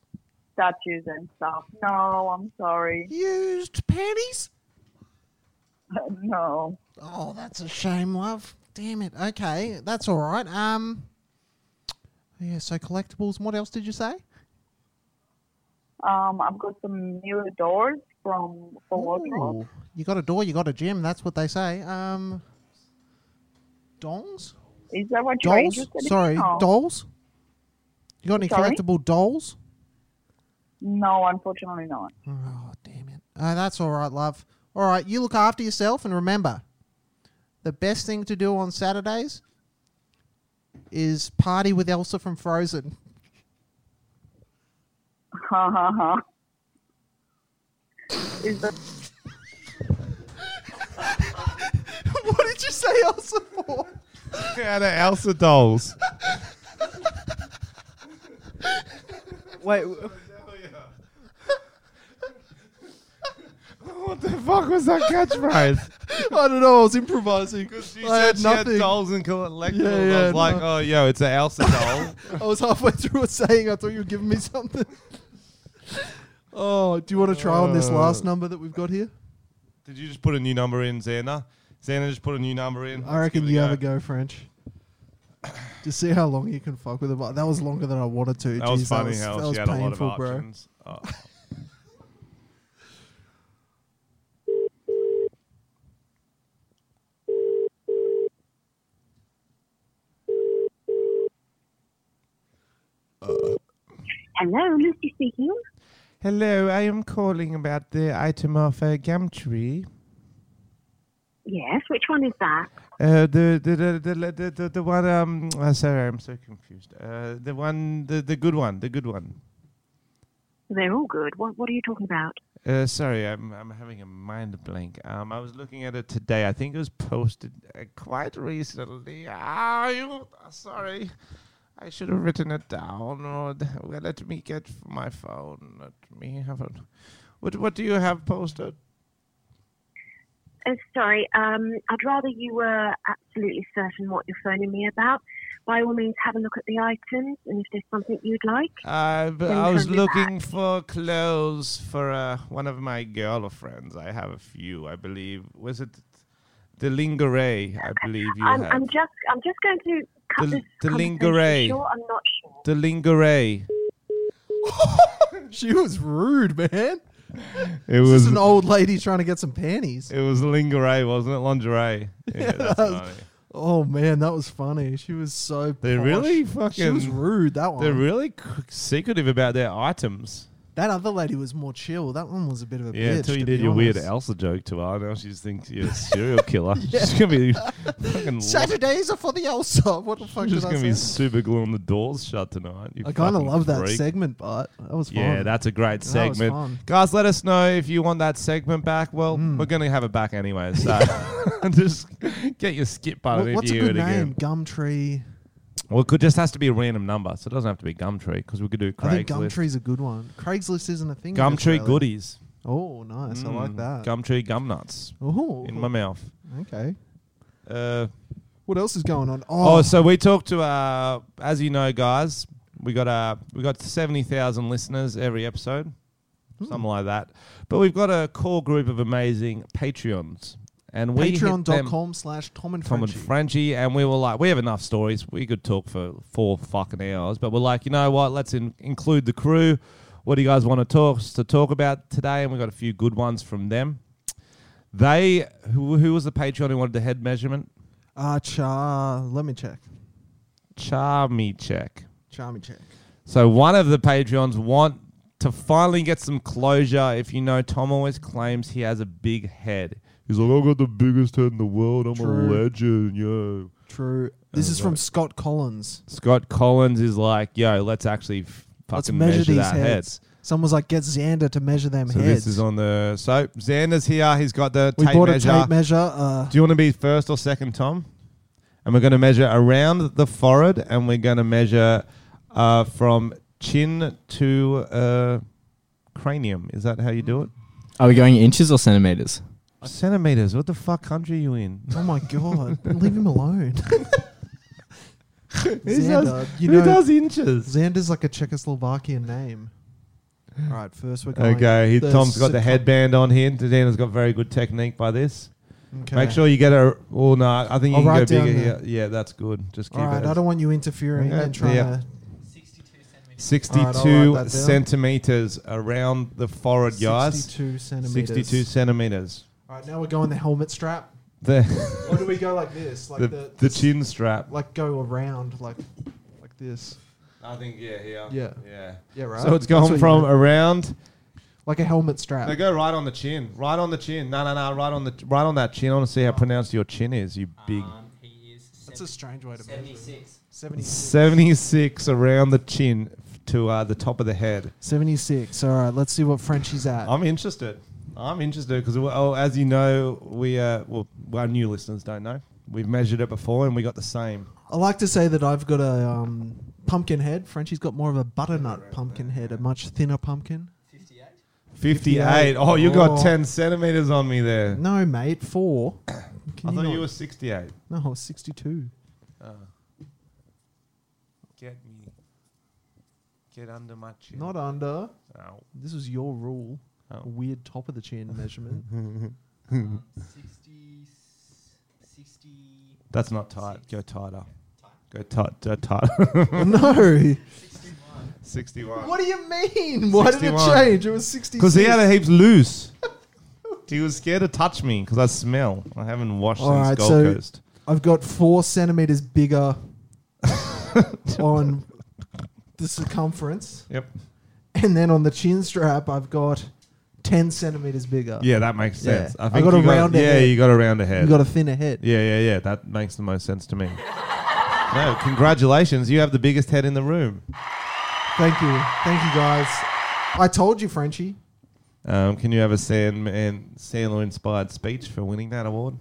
Speaker 14: statues and stuff. No, I'm sorry.
Speaker 13: Used panties?
Speaker 14: no.
Speaker 13: Oh, that's a shame, love. Damn it. Okay, that's all right. Um, yeah. So collectibles. What else did you say?
Speaker 14: Um, I've got some mirror doors from
Speaker 11: Oh,
Speaker 14: for wardrobe.
Speaker 13: Ooh, you got a door. You got a gym. That's what they say. Um, dongs.
Speaker 14: Is that what you're
Speaker 13: Dolls.
Speaker 14: interested
Speaker 13: Sorry,
Speaker 14: in? No.
Speaker 13: dolls. You got any
Speaker 14: Sorry?
Speaker 13: collectible dolls?
Speaker 14: No, unfortunately not.
Speaker 13: Uh, that's all right, love. All right, you look after yourself and remember, the best thing to do on Saturdays is party with Elsa from Frozen.
Speaker 9: हाँ,
Speaker 14: Ha ha ha. Is that
Speaker 13: what did you say Elsa for?
Speaker 2: Yeah, the Elsa dolls.
Speaker 3: Wait.
Speaker 2: What the fuck was that catchphrase?
Speaker 1: I don't know. I was improvising. Because
Speaker 2: You said she had dolls and collectibles.
Speaker 1: Yeah, yeah,
Speaker 2: I was like,
Speaker 1: no.
Speaker 2: oh, yo, it's an Elsa doll.
Speaker 1: I was halfway through a saying. I thought you were giving me something. oh, do you want to try on this last
Speaker 2: Uh,
Speaker 1: number that we've got here?
Speaker 2: Did you just put a new number in, Xander? Xander just put a new number in.
Speaker 1: I
Speaker 2: Let's give
Speaker 1: reckon
Speaker 2: it
Speaker 1: you have a go, French. Just see how long you can fuck with them. That was longer than I wanted to.
Speaker 2: That
Speaker 1: Jeez,
Speaker 2: was funny how
Speaker 1: that
Speaker 2: she
Speaker 1: was
Speaker 2: had a lot of
Speaker 1: painful, bro.
Speaker 2: options. Oh.
Speaker 12: Hello, Lucy speaking.
Speaker 2: Hello, I am calling about the item of uh, Gumtree.
Speaker 12: Yes, which one is that?
Speaker 2: Uh, the, the, the, the, the, the, the, the one, um, uh, sorry, I'm so confused. Uh, the one, the, the good one, the good one.
Speaker 12: They're all good. What What are you talking about?
Speaker 2: Uh, sorry, I'm I'm having a mind blank. Um, I was looking at it today. I think it was posted uh, quite recently. Ah, you, uh, sorry, I should have written it down. Or d- well, let me get my phone. Let me have it. What What do you have posted?
Speaker 12: Uh, sorry, um, I'd rather you were absolutely certain what you're phoning me about. By all means, have a look at the items, and if there's something you'd like,
Speaker 2: Uh, but
Speaker 12: Then
Speaker 2: I was
Speaker 12: send it back.
Speaker 2: looking for clothes for uh, one of my girlfriends. I have a few, I believe. Was it the lingerie? I believe you
Speaker 12: I'm,
Speaker 2: have.
Speaker 12: I'm just I'm just going to cut
Speaker 2: The-
Speaker 12: this
Speaker 2: the
Speaker 12: conversation
Speaker 2: lingerie.
Speaker 12: short. I'm not sure.
Speaker 2: the lingerie.
Speaker 1: she was rude, man.
Speaker 2: It
Speaker 1: It's
Speaker 2: was
Speaker 1: just an old lady trying to get some panties.
Speaker 2: It was lingerie, wasn't it? Lingerie. Yeah, that's
Speaker 1: that was-
Speaker 2: funny.
Speaker 1: Oh man, that was funny. She was so.
Speaker 2: They're
Speaker 1: posh.
Speaker 2: really fucking.
Speaker 1: She was rude. That one.
Speaker 2: They're really c- secretive about their items.
Speaker 1: That other lady was more chill. That one was a bit of a
Speaker 2: Yeah,
Speaker 1: bitch.
Speaker 2: until
Speaker 1: to
Speaker 2: you did
Speaker 1: be
Speaker 2: your weird
Speaker 1: honest.
Speaker 2: Elsa joke to her. Now she just thinks you're a serial killer. She's gonna be fucking. lo-
Speaker 1: Saturdays are for the Elsa. What the fuck
Speaker 2: She's
Speaker 1: did
Speaker 2: just
Speaker 1: I
Speaker 2: gonna be
Speaker 1: say?
Speaker 2: super gluing the doors shut tonight. you
Speaker 1: I kind of
Speaker 2: fucking
Speaker 1: love that
Speaker 2: freak.
Speaker 1: segment, but that was fun.
Speaker 2: Yeah, that's a great
Speaker 1: That was
Speaker 2: segment.
Speaker 1: fun. Hmm.
Speaker 2: Guys, let us know if you want that segment back. Well, we're going to have it back anyway. So just get your skip button
Speaker 1: What-
Speaker 2: if
Speaker 1: what's a
Speaker 2: you hear
Speaker 1: good
Speaker 2: it again.
Speaker 1: name? Gumtree.
Speaker 2: Well, it could, just has to be a random number, so it doesn't have to be Gumtree because we could do
Speaker 1: I think
Speaker 2: Craigslist.
Speaker 1: Gumtree's a good one. Craigslist isn't a thing. in
Speaker 2: Gumtree
Speaker 1: Australia.
Speaker 2: goodies.
Speaker 1: Oh, nice. I like
Speaker 2: Mm,
Speaker 1: that.
Speaker 2: Gumtree gum nuts
Speaker 1: Ooh.
Speaker 2: in my mouth.
Speaker 1: okay.
Speaker 2: Uh,
Speaker 1: What else is going on?
Speaker 2: oh.
Speaker 1: Oh,
Speaker 2: so we talked to uh, as you know, guys, we got uh, we got seventy thousand listeners every episode, something like that. But we've got a core group of amazing Patreons, and we hit them-
Speaker 1: patreon.com slash Tom and
Speaker 2: Tom and
Speaker 1: Frenchie.
Speaker 2: Frenchie, and we were like, we have enough stories. We could talk for four fucking hours, but we're like, you know what? Let's in- include the crew. What do you guys want to talk to talk about today? And we got a few good ones from them. They who, who was the Patreon who wanted the head measurement?
Speaker 1: Ah, cha. Let me check.
Speaker 2: Charmy check.
Speaker 1: Charmy check.
Speaker 2: So one of the Patreons want to finally get some closure. If you know, Tom always claims he has a big head. He's like, I got the biggest head in the world. I'm
Speaker 1: True.
Speaker 2: a legend, yo.
Speaker 1: True. This
Speaker 2: Uh,
Speaker 1: is from
Speaker 2: right.
Speaker 1: Scott Collins.
Speaker 2: Scott Collins is like, yo, let's actually f- fucking
Speaker 1: Let's
Speaker 2: measure,
Speaker 1: measure, these
Speaker 2: that head.
Speaker 1: heads. Someone's like, get Xander to measure them
Speaker 2: So
Speaker 1: heads.
Speaker 2: this is on the so Xander's here. He's got the
Speaker 1: we
Speaker 2: tape
Speaker 1: bought
Speaker 2: measure.
Speaker 1: a tape measure. Uh,
Speaker 2: Do you want to be first or second, Tom? And we're going to measure around the forehead, and we're going to measure uh, from chin to uh, cranium. Is that how you do it?
Speaker 6: Are we going inches or centimeters?
Speaker 2: Centimeters. What the fuck country are you in?
Speaker 1: oh my god, leave him alone.
Speaker 2: Who does-
Speaker 1: you
Speaker 2: who
Speaker 1: know,
Speaker 2: does inches?
Speaker 1: Xander's like a Czechoslovakian name. All right, first we're going.
Speaker 2: Okay, he,
Speaker 1: the
Speaker 2: Tom's got the
Speaker 1: circum-
Speaker 2: headband on here. Xander's got very good technique by this.
Speaker 1: Okay.
Speaker 2: Make sure you get a. Oh no, I think you
Speaker 1: I'll
Speaker 2: can go
Speaker 1: write down
Speaker 2: bigger.
Speaker 1: there.
Speaker 2: Yeah, yeah, that's good. Just keep
Speaker 1: All right,
Speaker 2: it.
Speaker 1: I
Speaker 2: as-
Speaker 1: don't want you interfering
Speaker 2: Okay,
Speaker 1: and trying
Speaker 2: yeah.
Speaker 1: to. All right, I'll
Speaker 2: 62
Speaker 1: write that down.
Speaker 2: centimeters around the forehead, guys.
Speaker 1: 62 centimeters.
Speaker 2: 62 centimeters.
Speaker 1: All right, now we're going the helmet strap.
Speaker 2: The,
Speaker 1: Or do we go like this? Like
Speaker 2: the,
Speaker 1: the,
Speaker 2: the chin strap.
Speaker 1: like go around like like this.
Speaker 2: I think, yeah, yeah.
Speaker 1: Yeah.
Speaker 2: Yeah.
Speaker 1: Yeah, right.
Speaker 2: So it's
Speaker 1: That's what
Speaker 2: going
Speaker 1: you
Speaker 2: from
Speaker 1: meant.
Speaker 2: around.
Speaker 1: like a helmet strap.
Speaker 2: They go right on the chin. Right on the chin. No, no, no. Right on the right on that chin. I want to see how pronounced your chin is, you big.
Speaker 1: Uh-huh. That's a strange way to measure. 76. 76.
Speaker 2: 76 around the chin to uh, the top of the head.
Speaker 1: 76. All right, let's see what Frenchie's at.
Speaker 2: I'm interested. I'm interested because, oh, as you know, we uh, well, our new listeners don't know. We've measured it before and we got the same.
Speaker 1: I like to say that I've got a um, pumpkin head. Frenchie's got more of a butternut pumpkin head, a much thinner pumpkin.
Speaker 2: 58.
Speaker 1: 58.
Speaker 2: Oh, you got
Speaker 1: Oh.
Speaker 2: 10 centimeters on me there.
Speaker 1: No, mate, four.
Speaker 2: I
Speaker 1: Can
Speaker 2: thought
Speaker 1: not-
Speaker 2: you were 68.
Speaker 1: No, 62.
Speaker 2: Get me. Get under my chin.
Speaker 1: Not under.
Speaker 2: Ow.
Speaker 1: This is your rule.
Speaker 2: Oh.
Speaker 1: Weird top of the chin measurement.
Speaker 2: That's not tight. Go tighter. Go tut, tut, tut.
Speaker 1: No.
Speaker 2: 61.
Speaker 1: What do you mean? Why did it change? It was 60.
Speaker 2: Because he had a heaps loose. he was scared to touch me because I smell. I haven't washed
Speaker 1: All
Speaker 2: since
Speaker 1: right,
Speaker 2: Gold
Speaker 1: so
Speaker 2: Coast.
Speaker 1: I've got four centimeters bigger on the circumference.
Speaker 2: Yep.
Speaker 1: And then on the chin strap, I've got 10 centimeters bigger.
Speaker 2: Yeah, that makes sense.
Speaker 1: I, got a
Speaker 2: you
Speaker 1: round
Speaker 2: Yeah,
Speaker 1: head.
Speaker 2: you got a rounder head.
Speaker 1: You got a thinner head.
Speaker 2: Yeah, yeah, yeah. That makes the most sense to me. no, congratulations. You have the biggest head in the room.
Speaker 1: Thank you. Thank you, guys. I told you, Frenchie.
Speaker 2: Um, can you have a Sandman, Sandler inspired speech for winning that award?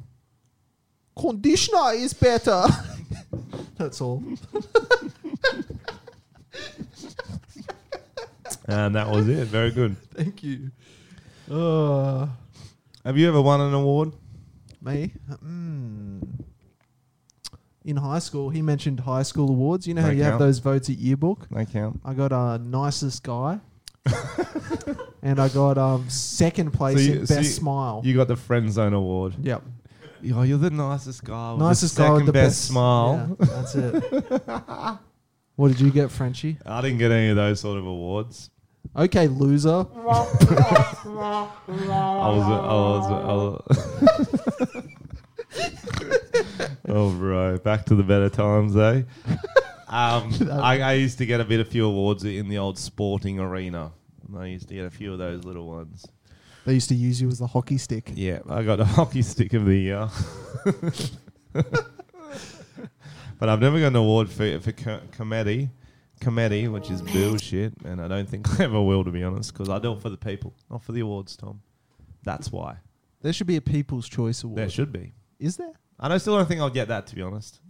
Speaker 1: Conditioner is better. That's all.
Speaker 2: And that was it. Very good.
Speaker 1: Thank you. Uh,
Speaker 2: Have you ever won an award?
Speaker 1: me? Mm. In high school, he mentioned high school awards. You know how
Speaker 2: They
Speaker 1: you have
Speaker 2: count.
Speaker 1: those votes at yearbook?
Speaker 2: They count.
Speaker 1: I got uh, nicest guy. and I got um, second place
Speaker 2: So you-
Speaker 1: in best
Speaker 2: so you-
Speaker 1: smile.
Speaker 2: You got the friend zone award.
Speaker 1: Yep.
Speaker 2: Oh, you're the nicest guy. with the
Speaker 1: nicest guy with
Speaker 2: second
Speaker 1: the
Speaker 2: best,
Speaker 1: best,
Speaker 2: smile.
Speaker 1: Yeah, that's it. what did you get, Frenchie?
Speaker 2: I didn't get any of those sort of awards.
Speaker 1: Okay, loser.
Speaker 2: I was, I was, I was oh, bro, back to the better times, eh? Um, I, I used to get a bit of few awards in the old sporting arena. I used to get a few of those little ones.
Speaker 1: They used to use you as the hockey stick.
Speaker 2: Yeah, I got the hockey stick of the year. but I've never got an award for for co- comedy, comedy, which is bullshit, and I don't think I ever will, to be honest, because I do it for the people, not for the awards, Tom. That's why
Speaker 1: There should be a People's Choice Award.
Speaker 2: there should be.
Speaker 1: Is there?
Speaker 2: I don't, still don't think I'll get that, to be honest.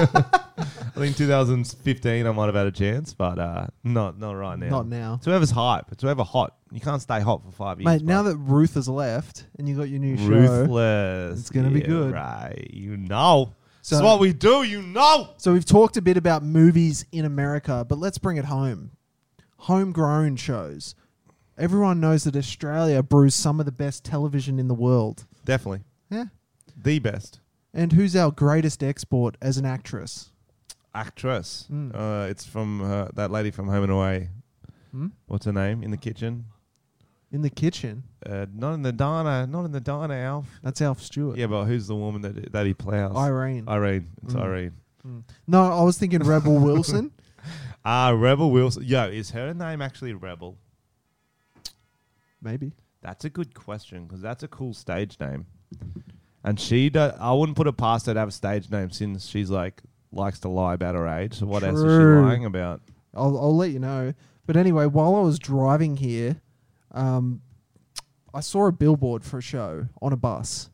Speaker 2: I think 2015 I might have had a chance, but uh, not not right now.
Speaker 1: Not now.
Speaker 2: It's whoever's hype. It's whoever hot. You can't stay hot for five years.
Speaker 1: Mate, now that Ruth has left and you got your new show,
Speaker 2: Ruthless.
Speaker 1: it's going to
Speaker 2: Yeah,
Speaker 1: be good.
Speaker 2: Right. You know. this
Speaker 1: So-
Speaker 2: is what we do, you know.
Speaker 1: So we've talked a bit about movies in America, but let's bring it home. Homegrown shows. Everyone knows that Australia brews some of the best television in the world.
Speaker 2: Definitely.
Speaker 1: Yeah.
Speaker 2: The best.
Speaker 1: And who's our greatest export as an actress?
Speaker 2: Actress.
Speaker 1: Mm.
Speaker 2: Uh, it's from uh, that lady from Home and Away.
Speaker 1: Hmm?
Speaker 2: What's her name? In the kitchen.
Speaker 1: In the kitchen.
Speaker 2: Uh, not in the diner. Not in the diner, Alf.
Speaker 1: That's Alf Stewart.
Speaker 2: Yeah, but who's the woman that that he plows?
Speaker 1: Irene.
Speaker 2: Irene. It's
Speaker 1: Mm.
Speaker 2: Irene.
Speaker 1: No, I was thinking Rebel Wilson.
Speaker 2: Ah, Rebel Wilson. Yo, is her name actually Rebel?
Speaker 1: Maybe.
Speaker 2: That's a good question because that's a cool stage name. And she, do- I wouldn't put it past her to have a stage name since she's like likes to lie about her age. So what else is
Speaker 1: True.
Speaker 2: she lying about?
Speaker 1: I'll, I'll let you know. But anyway, while I was driving here, um, I saw a billboard for a show on a bus.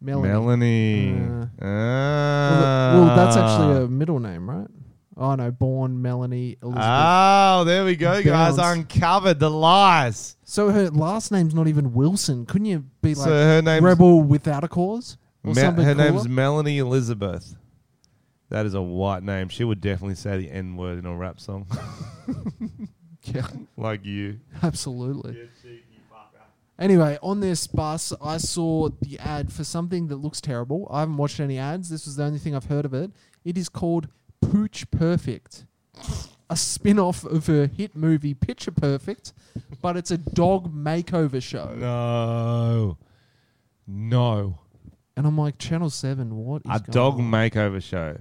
Speaker 1: Melanie.
Speaker 2: Melanie.
Speaker 1: Uh,
Speaker 2: ah.
Speaker 1: Well, th- well, that's actually a middle name, right? Oh no, born Melanie Elizabeth.
Speaker 2: Oh, there we go, guys.
Speaker 1: Bounce.
Speaker 2: Uncovered the lies.
Speaker 1: So her last name's not even Wilson. Couldn't you be
Speaker 2: So
Speaker 1: like
Speaker 2: her name's-
Speaker 1: Rebel without a cause? Or
Speaker 2: Me-
Speaker 1: something
Speaker 2: her name's
Speaker 1: cooler?
Speaker 2: Melanie Elizabeth. That is a white name. She would definitely say the N word in a rap song.
Speaker 1: Yeah.
Speaker 2: like you.
Speaker 1: Absolutely. Anyway, on this bus, I saw the ad for something that looks terrible. I haven't watched any ads. This is the only thing I've heard of it. It is called Pooch Perfect, a spin off of her hit movie Picture Perfect, but it's a dog makeover show.
Speaker 2: No. No.
Speaker 1: And I'm like, Channel 7, what is
Speaker 2: A
Speaker 1: going
Speaker 2: dog
Speaker 1: on?
Speaker 2: makeover show.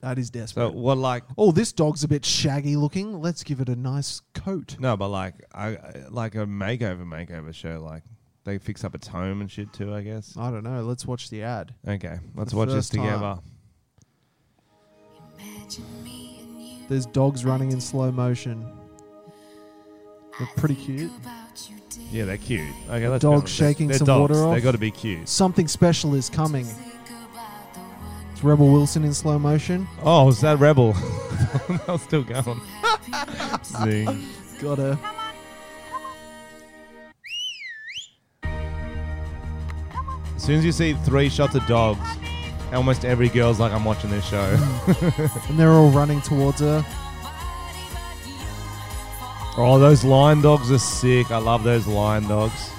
Speaker 1: That is
Speaker 2: So
Speaker 1: desperate.
Speaker 2: what like
Speaker 1: oh, this dog's a bit shaggy looking. Let's give it a nice coat.
Speaker 2: no, but like I like a makeover makeover show like they fix up its home and shit too, I guess.
Speaker 1: I don't know. Let's watch the ad.
Speaker 2: Okay, let's
Speaker 1: The
Speaker 2: watch this
Speaker 1: first time.
Speaker 2: together.
Speaker 1: There's dogs running in slow motion. They're pretty cute.
Speaker 2: Yeah, they're cute. Okay, let's be
Speaker 1: Dog
Speaker 2: honest. They're-
Speaker 1: shaking
Speaker 2: they're
Speaker 1: some
Speaker 2: dogs.
Speaker 1: water off.
Speaker 2: They got to be cute.
Speaker 1: Something special is coming. It's Rebel Wilson in slow motion.
Speaker 2: Oh, is that Rebel? I'm still going. Zing.
Speaker 1: Oh, Got her.
Speaker 2: As soon as you see three shots of dogs, almost every girl's like, "I'm watching this show."
Speaker 1: And they're all running towards her.
Speaker 2: oh, those lion dogs are sick. I love those lion dogs.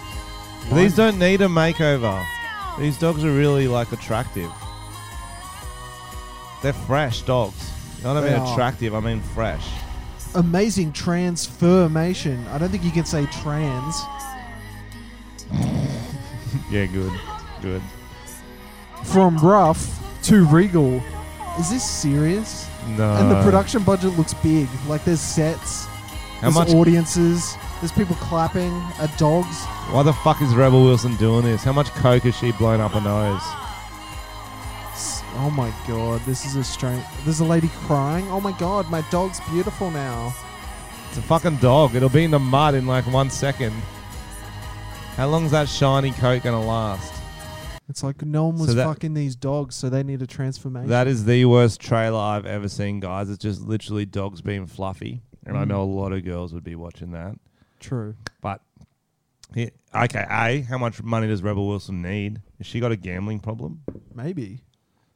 Speaker 2: These don't need a makeover. These dogs are really like attractive. They're fresh dogs. I don't
Speaker 1: They
Speaker 2: mean
Speaker 1: are.
Speaker 2: attractive, I mean fresh.
Speaker 1: Amazing transformation. I don't think you can say trans.
Speaker 2: Yeah, good. Good.
Speaker 1: From rough to regal. Is this serious?
Speaker 2: No.
Speaker 1: And the production budget looks big. Like there's sets,
Speaker 2: Uh, How
Speaker 1: there's
Speaker 2: much-
Speaker 1: audiences, there's people clapping at dogs.
Speaker 2: Why the fuck is Rebel Wilson doing this? How much coke has she blown up her nose?
Speaker 1: S- Oh my god, this is a strange. There's a lady crying. Oh my god, my dog's beautiful now.
Speaker 2: It's a fucking dog. It'll be in the mud in like one second. How long's that shiny coat gonna last?
Speaker 1: It's like no one
Speaker 2: So
Speaker 1: was
Speaker 2: that-
Speaker 1: fucking these dogs, so they need a transformation.
Speaker 2: That is the worst trailer I've ever seen, guys. It's just literally dogs being fluffy, and I know a lot of girls would be watching that.
Speaker 1: True.
Speaker 2: But yeah, okay, a how much money does Rebel Wilson need? Has she got a gambling problem?
Speaker 1: Maybe.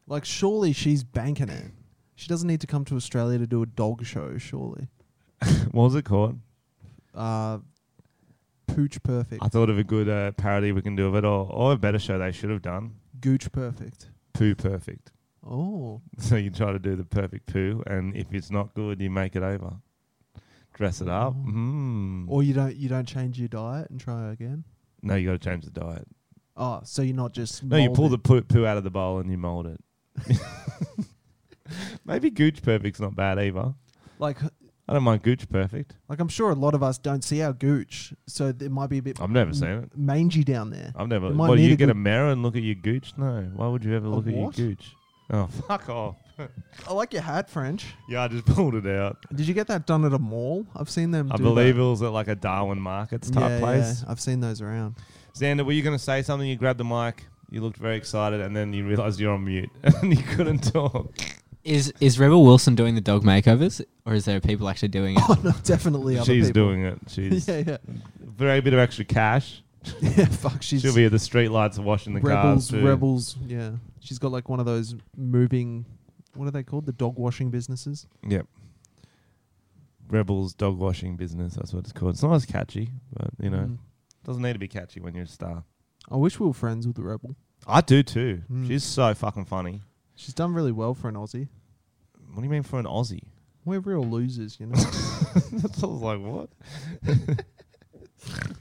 Speaker 1: Like, surely she's banking it. She doesn't need to come to Australia to do a dog show, surely.
Speaker 2: what was it called?
Speaker 1: Uh, Pooch Perfect.
Speaker 2: I thought of a good uh, parody we can do of it, or, or a better show they should have done.
Speaker 1: Gooch Perfect.
Speaker 2: Poo perfect.
Speaker 1: Oh.
Speaker 2: So you try to do the perfect poo, and if it's not good, you make it over. Dress it up. Mm.
Speaker 1: Or you don't you don't change your diet and try again.
Speaker 2: No, you got to change the diet.
Speaker 1: Oh, so you're not just
Speaker 2: No, you pull
Speaker 1: molded.
Speaker 2: the poo, poo out of the bowl and you mold it. Maybe Gooch Perfect's not bad either.
Speaker 1: like
Speaker 2: I don't mind Gooch Perfect.
Speaker 1: like I'm sure a lot of us don't see our Gooch, so it might be a bit.
Speaker 2: I've never
Speaker 1: m-
Speaker 2: seen it.
Speaker 1: mangy down there.
Speaker 2: I've never.
Speaker 1: Mm. It might
Speaker 2: Well,
Speaker 1: need
Speaker 2: you
Speaker 1: a
Speaker 2: get a
Speaker 1: good-
Speaker 2: mirror and look at your Gooch? No. Why would you ever look at your
Speaker 1: what?
Speaker 2: Gooch? Oh, fuck off.
Speaker 1: I like your hat, French.
Speaker 2: yeah, I just pulled it out.
Speaker 1: Did you get that done at a mall? I've seen them.
Speaker 2: I
Speaker 1: do
Speaker 2: believe
Speaker 1: that.
Speaker 2: it was at like a Darwin Markets
Speaker 1: yeah,
Speaker 2: type
Speaker 1: yeah,
Speaker 2: place.
Speaker 1: I've seen those around.
Speaker 2: Xander, were you going to say something? You grabbed the mic. You looked very excited, and then you realized you're on mute, and you couldn't talk.
Speaker 6: Is is Rebel Wilson doing the dog makeovers, or is there people actually doing it?
Speaker 1: Oh, No, definitely other
Speaker 2: She's
Speaker 1: people.
Speaker 2: doing it. She's
Speaker 1: Yeah, yeah.
Speaker 2: Very bit of extra cash.
Speaker 1: Yeah, fuck. She's
Speaker 2: She'll be at the streetlights washing the cars
Speaker 1: rebels,
Speaker 2: too.
Speaker 1: rebels. Yeah, she's got like one of those moving. What are they called? The dog washing businesses.
Speaker 2: Yep. Rebels dog washing business. That's what it's called. It's not as catchy, but you know,
Speaker 1: Mm.
Speaker 2: doesn't need to be catchy when you're a star.
Speaker 1: I wish we were friends with the rebel.
Speaker 2: I do too.
Speaker 1: Mm.
Speaker 2: She's so fucking funny.
Speaker 1: She's done really well for an Aussie.
Speaker 2: What do you mean for an Aussie?
Speaker 1: We're real losers, you know.
Speaker 2: That's all I was like, what?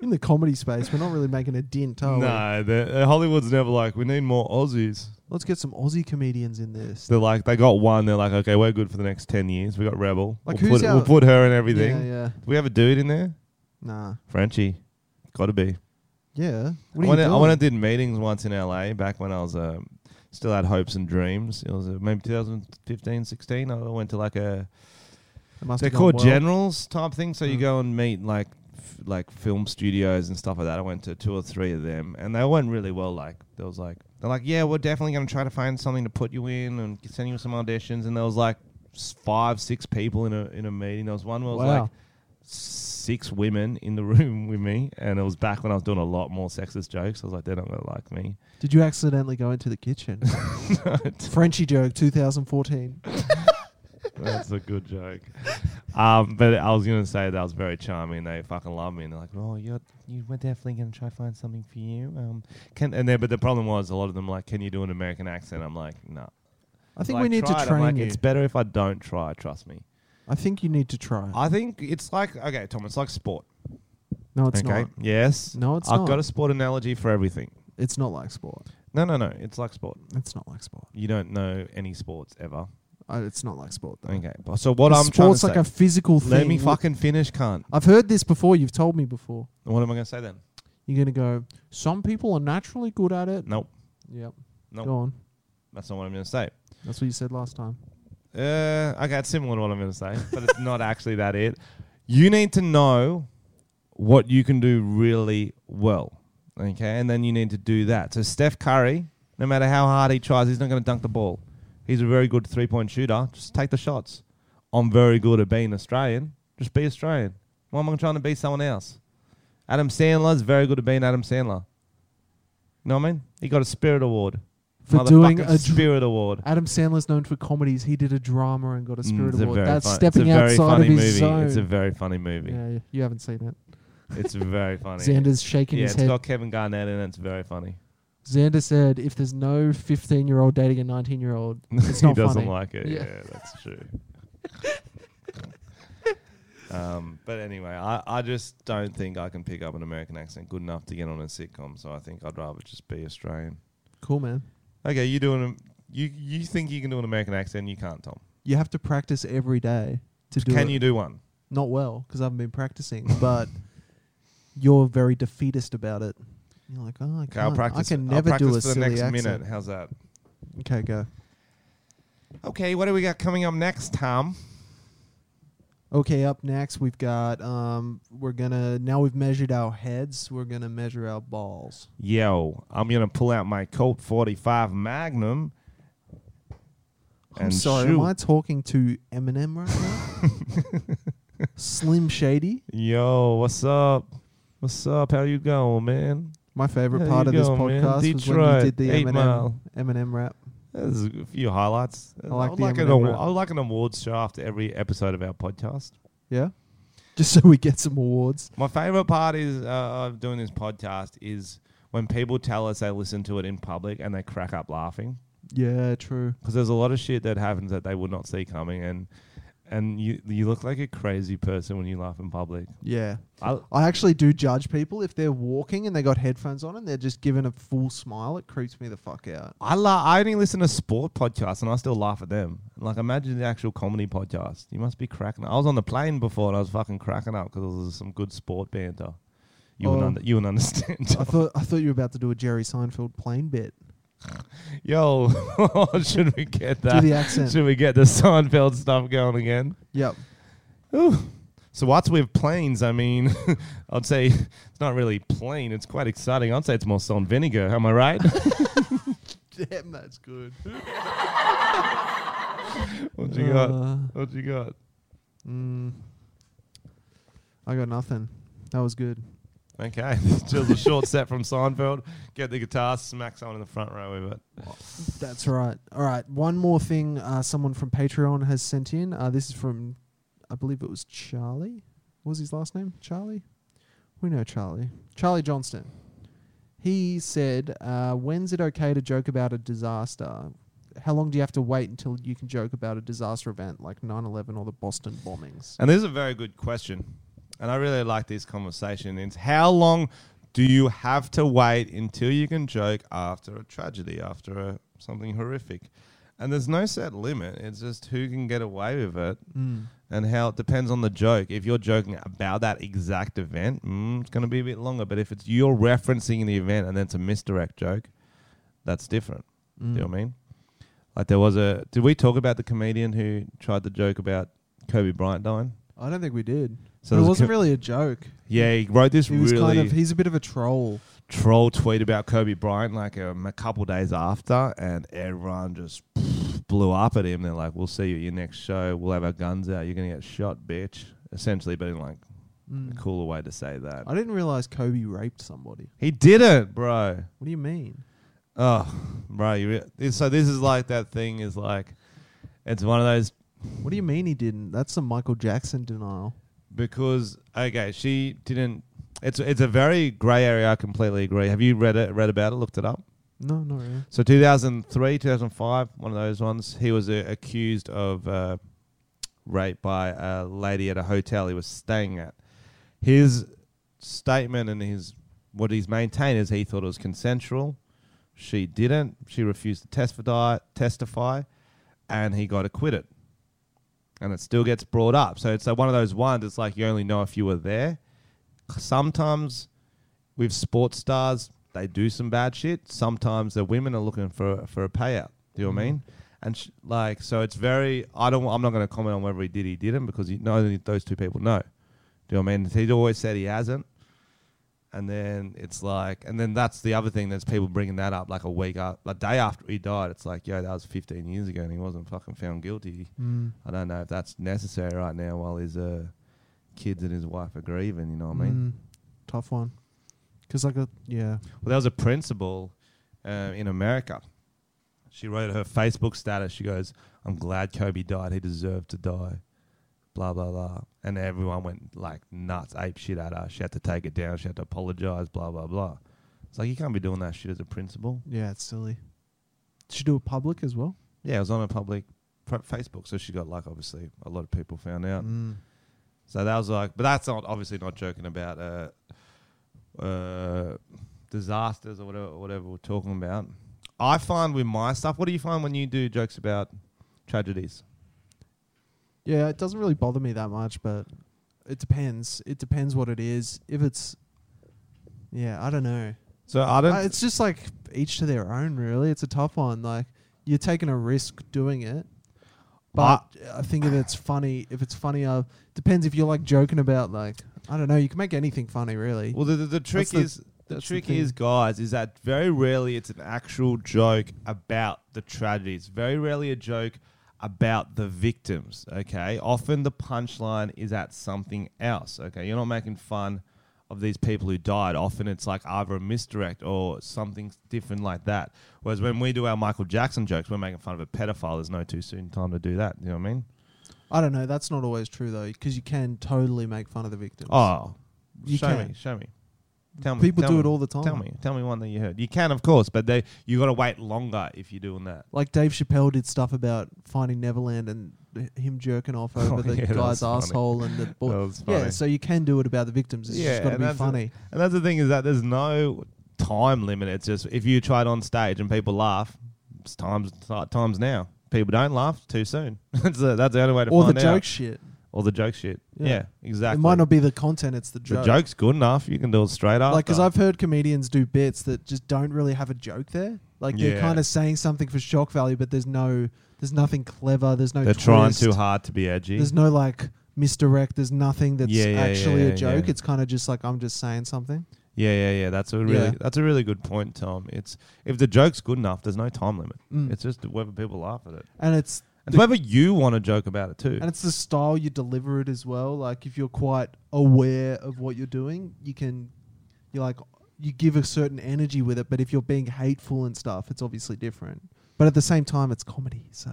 Speaker 1: In the comedy space, we're not really making a dent, are we?
Speaker 2: no, the, uh, Hollywood's never like we need more Aussies.
Speaker 1: Let's get some Aussie comedians in this.
Speaker 2: They're like they got one. They're like, okay, we're good for the next ten years. We got Rebel.
Speaker 1: Like,
Speaker 2: we'll,
Speaker 1: who's
Speaker 2: put,
Speaker 1: our-
Speaker 2: we'll put her in everything.
Speaker 1: Yeah, yeah.
Speaker 2: Do we have a dude in there?
Speaker 1: Nah.
Speaker 2: Frenchie, got to be.
Speaker 1: Yeah.
Speaker 2: I
Speaker 1: What are
Speaker 2: went,
Speaker 1: you
Speaker 2: I
Speaker 1: doing?
Speaker 2: went and did meetings once in LA back when I was um, still had hopes and dreams. It was uh, maybe 2015, 16. I went to like a
Speaker 1: It must
Speaker 2: they're
Speaker 1: have gone
Speaker 2: called
Speaker 1: well. Mm.
Speaker 2: generals type thing. So you go and meet like f- like film studios and stuff like that. I went to two or three of them, and they went really well. Like there was like they're like, yeah, we're definitely going to try to find something to put you in and send you some auditions. And there was like s- five, six people in a in a meeting. There was one where it was
Speaker 1: Wow.
Speaker 2: like six women in the room with me, and it was back when I was doing a lot more sexist jokes. I was like, they're not going to like me.
Speaker 1: Did you accidentally go into the kitchen? Frenchie joke 2014.
Speaker 2: That's a good joke. Um, but I was gonna say that was very charming. They fucking love me, and they're like, "Oh, you're you were definitely gonna try to find something for you." Um, can and then but the problem was a lot of them like, "Can you do an American accent?" I'm like, "No."
Speaker 1: I think
Speaker 2: Like,
Speaker 1: we need to
Speaker 2: try it. I'm
Speaker 1: train
Speaker 2: like,
Speaker 1: you.
Speaker 2: It's better if I don't try. Trust me.
Speaker 1: I think you need to try.
Speaker 2: I think it's like okay, Tom. It's like sport.
Speaker 1: No, it's
Speaker 2: okay.
Speaker 1: not.
Speaker 2: Yes.
Speaker 1: No, it's
Speaker 2: I've
Speaker 1: not.
Speaker 2: got a sport analogy for everything.
Speaker 1: It's not like sport.
Speaker 2: No, no, no. It's like sport.
Speaker 1: It's not like sport.
Speaker 2: You don't know any sports ever.
Speaker 1: Uh, it's not like sport, though.
Speaker 2: Okay. but- So what I'm
Speaker 1: Sport's
Speaker 2: trying to
Speaker 1: like
Speaker 2: say-
Speaker 1: a physical
Speaker 2: Let me
Speaker 1: thing.
Speaker 2: fucking finish, cunt.
Speaker 1: I've heard this before. You've told me before.
Speaker 2: What am I gonna say then?
Speaker 1: You're going to go, some people are naturally good at it.
Speaker 2: Nope.
Speaker 1: Yep.
Speaker 2: Nope.
Speaker 1: Go on.
Speaker 2: That's not what I'm going to say.
Speaker 1: That's what you said last time.
Speaker 2: Uh, okay, it's similar to what I'm going to say, but it's not actually that it. You need to know what you can do really well, okay? And then you need to do that. So Steph Curry, no matter how hard he tries, he's not going to dunk the ball. He's a very good three-point shooter. Just take the shots. I'm very good at being Australian. Just be Australian. Why am I trying to be someone else? Adam Sandler's very good at being Adam Sandler. You know what I mean? He got a Spirit Award.
Speaker 1: For doing
Speaker 2: Motherfucking
Speaker 1: a dr-
Speaker 2: Spirit Award.
Speaker 1: Adam Sandler's known for comedies. He did a drama and got a
Speaker 2: Mm,
Speaker 1: Spirit
Speaker 2: it's a
Speaker 1: Award.
Speaker 2: very
Speaker 1: That's
Speaker 2: fun- it's a
Speaker 1: stepping
Speaker 2: very
Speaker 1: outside of
Speaker 2: funny
Speaker 1: his
Speaker 2: movie.
Speaker 1: zone.
Speaker 2: It's a very funny movie.
Speaker 1: Yeah, yeah, you haven't seen it.
Speaker 2: It's very funny.
Speaker 1: Xander's shaking
Speaker 2: yeah,
Speaker 1: his
Speaker 2: it's
Speaker 1: head.
Speaker 2: got Kevin Garnett in it. It's very funny.
Speaker 1: Xander said, if there's no 15 year old dating a 19 year old, it's
Speaker 2: he
Speaker 1: not
Speaker 2: doesn't
Speaker 1: funny.
Speaker 2: like it. Yeah, that's true. um, but anyway, I, I just don't think I can pick up an American accent good enough to get on a sitcom. So I think I'd rather just be Australian.
Speaker 1: Cool, man.
Speaker 2: Okay, you doing? an- You you think you can do an American accent? You can't, Tom.
Speaker 1: You have to practice every day to do
Speaker 2: Can
Speaker 1: it.
Speaker 2: you do one?
Speaker 1: Not well, because I haven't been practicing, but you're very defeatist about it. You're like, oh, I
Speaker 2: Okay, I'll
Speaker 1: can't.
Speaker 2: practice.
Speaker 1: I can
Speaker 2: it.
Speaker 1: never
Speaker 2: I'll
Speaker 1: do a
Speaker 2: practice for the
Speaker 1: silly
Speaker 2: next
Speaker 1: accent.
Speaker 2: minute. How's that?
Speaker 1: Okay, go.
Speaker 2: Okay, what do we got coming up next, Tom?
Speaker 1: Okay, up next we've got um we're gonna now we've measured our heads, we're gonna measure our balls.
Speaker 2: Yo, I'm gonna pull out my Colt 45 Magnum.
Speaker 1: I'm sorry, am I talking to Eminem right now? Slim Shady.
Speaker 2: Yo, what's up? What's up? How you going, man?
Speaker 1: My favorite
Speaker 2: How
Speaker 1: part of
Speaker 2: you
Speaker 1: this
Speaker 2: going, man?
Speaker 1: podcast was when you
Speaker 2: Detroit,
Speaker 1: did the
Speaker 2: Eight
Speaker 1: Eminem
Speaker 2: Mile.
Speaker 1: Eminem rap.
Speaker 2: There's a few highlights. I
Speaker 1: like
Speaker 2: would
Speaker 1: the
Speaker 2: like, an
Speaker 1: M&M
Speaker 2: award,
Speaker 1: rap.
Speaker 2: I would like an awards show after every episode of our podcast.
Speaker 1: Yeah. Just so we get some awards.
Speaker 2: My favorite part is uh, of doing this podcast is when people tell us they listen to it in public and they crack up laughing.
Speaker 1: Yeah, true.
Speaker 2: because there's a lot of shit that happens that they would not see coming, and and you you look like a crazy person when you laugh in public.
Speaker 1: Yeah.
Speaker 2: I,
Speaker 1: I actually do judge people if they're walking and they got headphones on and they're just giving a full smile, it creeps me the fuck out.
Speaker 2: I la- I only listen to sport podcasts and I still laugh at them. Like imagine the actual comedy podcast. You must be cracking. up. I was on the plane before and I was fucking cracking up because there was some good sport banter. You
Speaker 1: Oh.
Speaker 2: wouldn't under- you wouldn't understand.
Speaker 1: I thought I thought you were about to do a Jerry Seinfeld plane bit.
Speaker 2: Yo, should we get
Speaker 1: Do
Speaker 2: that?
Speaker 1: the accent.
Speaker 2: Should we get the Seinfeld stuff going again?
Speaker 1: Yep.
Speaker 2: Ooh. So what's with planes? I mean, I'd say it's not really plain. It's quite exciting. I'd say it's more salt and vinegar. Am I right?
Speaker 1: Damn, that's good.
Speaker 2: what you got?
Speaker 1: Uh,
Speaker 2: what you got?
Speaker 1: Mm, I got nothing. That was good.
Speaker 2: Okay, just a short set from Seinfeld. Get the guitar, smack someone in the front row with it.
Speaker 1: That's right. All right. One more thing uh, someone from Patreon has sent in. Uh, this is from, I believe it was Charlie. What was his last name? Charlie? We know Charlie. Charlie Johnston. He said, uh, When's it okay to joke about a disaster? How long do you have to wait until you can joke about a disaster event like 9 11 or the Boston bombings?
Speaker 2: And this is a very good question, and I really like this conversation. It's how long do you have to wait until you can joke after a tragedy, after a, something horrific? And there's no set limit. It's just who can get away with it,
Speaker 1: Mm.
Speaker 2: and how it depends on the joke. If you're joking about that exact event, mm, it's going to be a bit longer. But if it's you're referencing the event and then it's a misdirect joke, that's different. Do you know what I mean? Like there was a. Did we talk about the comedian who tried the joke about Kobe Bryant dying?
Speaker 1: I don't think we did. So it
Speaker 2: So there's a
Speaker 1: wasn't
Speaker 2: co-
Speaker 1: really a joke.
Speaker 2: Yeah, he wrote this
Speaker 1: He was
Speaker 2: really
Speaker 1: kind of, he's a bit of a troll.
Speaker 2: troll tweet about Kobe Bryant like um, a couple days after, and everyone just blew up at him. They're like, "We'll see you at your next show. We'll have our guns out. You're gonna get shot, bitch." Essentially, but in like
Speaker 1: Mm.
Speaker 2: a cooler way to say that.
Speaker 1: I didn't realize Kobe raped somebody.
Speaker 2: He didn't, bro.
Speaker 1: What do you mean?
Speaker 2: Oh, bro. You re- this- so this is like that thing is like, it's one of those
Speaker 1: What do you mean he didn't? That's some Michael Jackson denial.
Speaker 2: because okay, she didn't. It's it's a very grey area. I completely agree. Have you read it? Read about it? Looked it up?
Speaker 1: No, not really.
Speaker 2: So 2003, 2005, one of those ones. He was uh, accused of uh, rape by a lady at a hotel he was staying at. His statement and his what he's maintained is he thought it was consensual. She didn't. She refused to testify, testify, and he got acquitted. And it still gets brought up. So it's like one of those ones. It's like you only know if you were there. Sometimes with sports stars, they do some bad shit. Sometimes the women are looking for for a payout. Do you know what I mean? And sh- like, so it's very. I don't. I'm not going to comment on whether he did, he didn't, because you know only those two people know. Do you know what I mean? He's always said he hasn't. And then it's like, and then that's the other thing that's people bringing that up like a week up, a day after he died. It's like, yo, that was 15 years ago, and he wasn't fucking found guilty.
Speaker 1: Mm.
Speaker 2: I don't know if that's necessary right now while his uh, kids and his wife are grieving. You know what I mean?
Speaker 1: Mm, tough one. Because like a yeah,
Speaker 2: Well, there was a principal uh, in America. She wrote her Facebook status. She goes, "I'm glad Kobe died. He deserved to die." Blah blah blah, and everyone went like nuts, ape shit at her. She had to take it down. She had to apologize. Blah blah blah. It's like you can't be doing that shit as a principal.
Speaker 1: Yeah, it's silly. Should do it public as well.
Speaker 2: Yeah, it was on a public pro- Facebook, so she got like obviously a lot of people found out.
Speaker 1: Mm.
Speaker 2: So that was like, but that's not obviously not joking about uh, uh, disasters or whatever, whatever we're talking about. I find with my stuff, what do you find when you do jokes about tragedies?
Speaker 1: Yeah, it doesn't really bother me that much, but it depends. It depends what it is. If it's, yeah, I don't know.
Speaker 2: So I don't.
Speaker 1: Uh, it's just like each to their own, really. It's a tough one. Like you're taking a risk doing it, but I think if it's funny, if it's funny, uh, depends if you're like joking about like I don't know. You can make anything funny, really.
Speaker 2: Well, the, the, the trick
Speaker 1: the-
Speaker 2: is the,
Speaker 1: that's the
Speaker 2: trick
Speaker 1: thing.
Speaker 2: is, guys, is that very rarely it's an actual joke about the tragedy. It's very rarely a joke about the victims. Okay, often the punchline is at something else. Okay, you're not making fun of these people who died. Often it's like either a misdirect or something different like that. Whereas when we do our Michael Jackson jokes, we're making fun of a pedophile. There's no too soon time to do that. You know what I mean?
Speaker 1: I don't know. That's not always true though, because you can totally make fun of the victims.
Speaker 2: Oh,
Speaker 1: You
Speaker 2: show
Speaker 1: can.
Speaker 2: me, show me. Tell me.
Speaker 1: People
Speaker 2: tell
Speaker 1: do
Speaker 2: me,
Speaker 1: it all the time.
Speaker 2: Tell me, tell me one that you heard. You can, of course, but they you got to wait longer if you're doing that.
Speaker 1: Like Dave Chappelle did stuff about finding Neverland and h- him jerking off
Speaker 2: Oh,
Speaker 1: over the
Speaker 2: yeah, that
Speaker 1: guy's
Speaker 2: was funny.
Speaker 1: asshole and the boy.
Speaker 2: That was
Speaker 1: Yeah,
Speaker 2: funny.
Speaker 1: so you can do it about the victims. It's just got to
Speaker 2: and
Speaker 1: be
Speaker 2: that's the-
Speaker 1: funny.
Speaker 2: and that's the thing is that there's no time limit. It's just if you try it on stage and people laugh, it's times times now. People don't laugh too soon. that's the, that's the only way to
Speaker 1: Or the
Speaker 2: find out.
Speaker 1: joke shit.
Speaker 2: Or the joke shit. Yeah, exactly.
Speaker 1: It might not be the content; it's the
Speaker 2: the
Speaker 1: joke.
Speaker 2: joke's good enough. You can do it straight up.
Speaker 1: Like, because I've heard comedians do bits that just don't really have a joke there. Like you're
Speaker 2: Yeah.
Speaker 1: kind of saying something for shock value, but there's no, there's nothing clever. There's no.
Speaker 2: they're trying
Speaker 1: twist.
Speaker 2: too hard to be edgy.
Speaker 1: There's no like misdirect. There's nothing that's
Speaker 2: Yeah, yeah,
Speaker 1: actually
Speaker 2: yeah,
Speaker 1: a joke.
Speaker 2: yeah.
Speaker 1: It's kind of just like I'm just saying something.
Speaker 2: Yeah, yeah, yeah. That's a really
Speaker 1: Yeah.
Speaker 2: that's a really good point, Tom. It's if the joke's good enough, there's no time limit.
Speaker 1: Mm.
Speaker 2: It's just whether people laugh at it.
Speaker 1: And it's
Speaker 2: And whether you want to joke about it too.
Speaker 1: And it's the style you deliver it as well. Like if you're quite aware of what you're doing, you can, you're like, you give a certain energy with it. But if you're being hateful and stuff, it's obviously different. But at the same time, it's comedy. So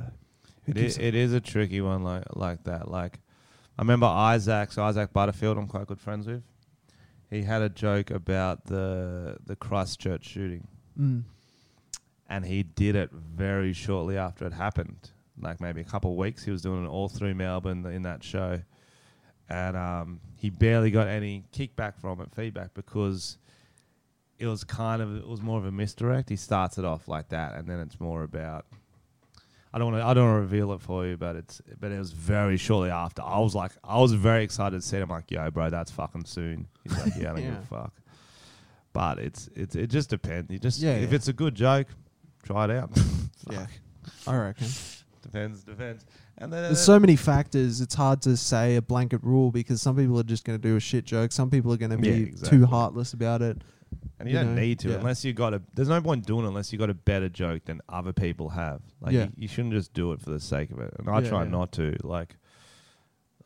Speaker 1: who
Speaker 2: It
Speaker 1: gives
Speaker 2: is,
Speaker 1: a-
Speaker 2: it is a tricky one like like that. Like I remember Isaac, so Isaac Butterfield, I'm quite good friends with. He had a joke about the the Christchurch shooting.
Speaker 1: Mm.
Speaker 2: and he did it very shortly after it happened. Like maybe a couple of weeks, he was doing it all through Melbourne in that show, and um, he barely got any kickback from it, feedback because it was kind of it was more of a misdirect. He starts it off like that, and then it's more about I don't want to I don't want to reveal it for you, but it's but it was very shortly after. I was like I was very excited to see it. I'm like, yo, bro, that's fucking soon. He's like, yeah, I don't give
Speaker 1: Yeah.
Speaker 2: a fuck. But it's it's it just depends. You just
Speaker 1: Yeah,
Speaker 2: if
Speaker 1: yeah.
Speaker 2: it's a good joke, try it out.
Speaker 1: Yeah, I reckon.
Speaker 2: Uh, depends, depends. And then
Speaker 1: There's so many factors. It's hard to say a blanket rule because some people are just going to do a shit joke. Some people are going to be
Speaker 2: Yeah, exactly.
Speaker 1: too heartless about it.
Speaker 2: And you, don't
Speaker 1: know,
Speaker 2: need to
Speaker 1: yeah.
Speaker 2: unless you got a. There's no point doing it unless you got a better joke than other people have. Like
Speaker 1: Yeah.
Speaker 2: you, you shouldn't just do it for the sake of it. And I
Speaker 1: Yeah,
Speaker 2: try
Speaker 1: yeah.
Speaker 2: not to. Like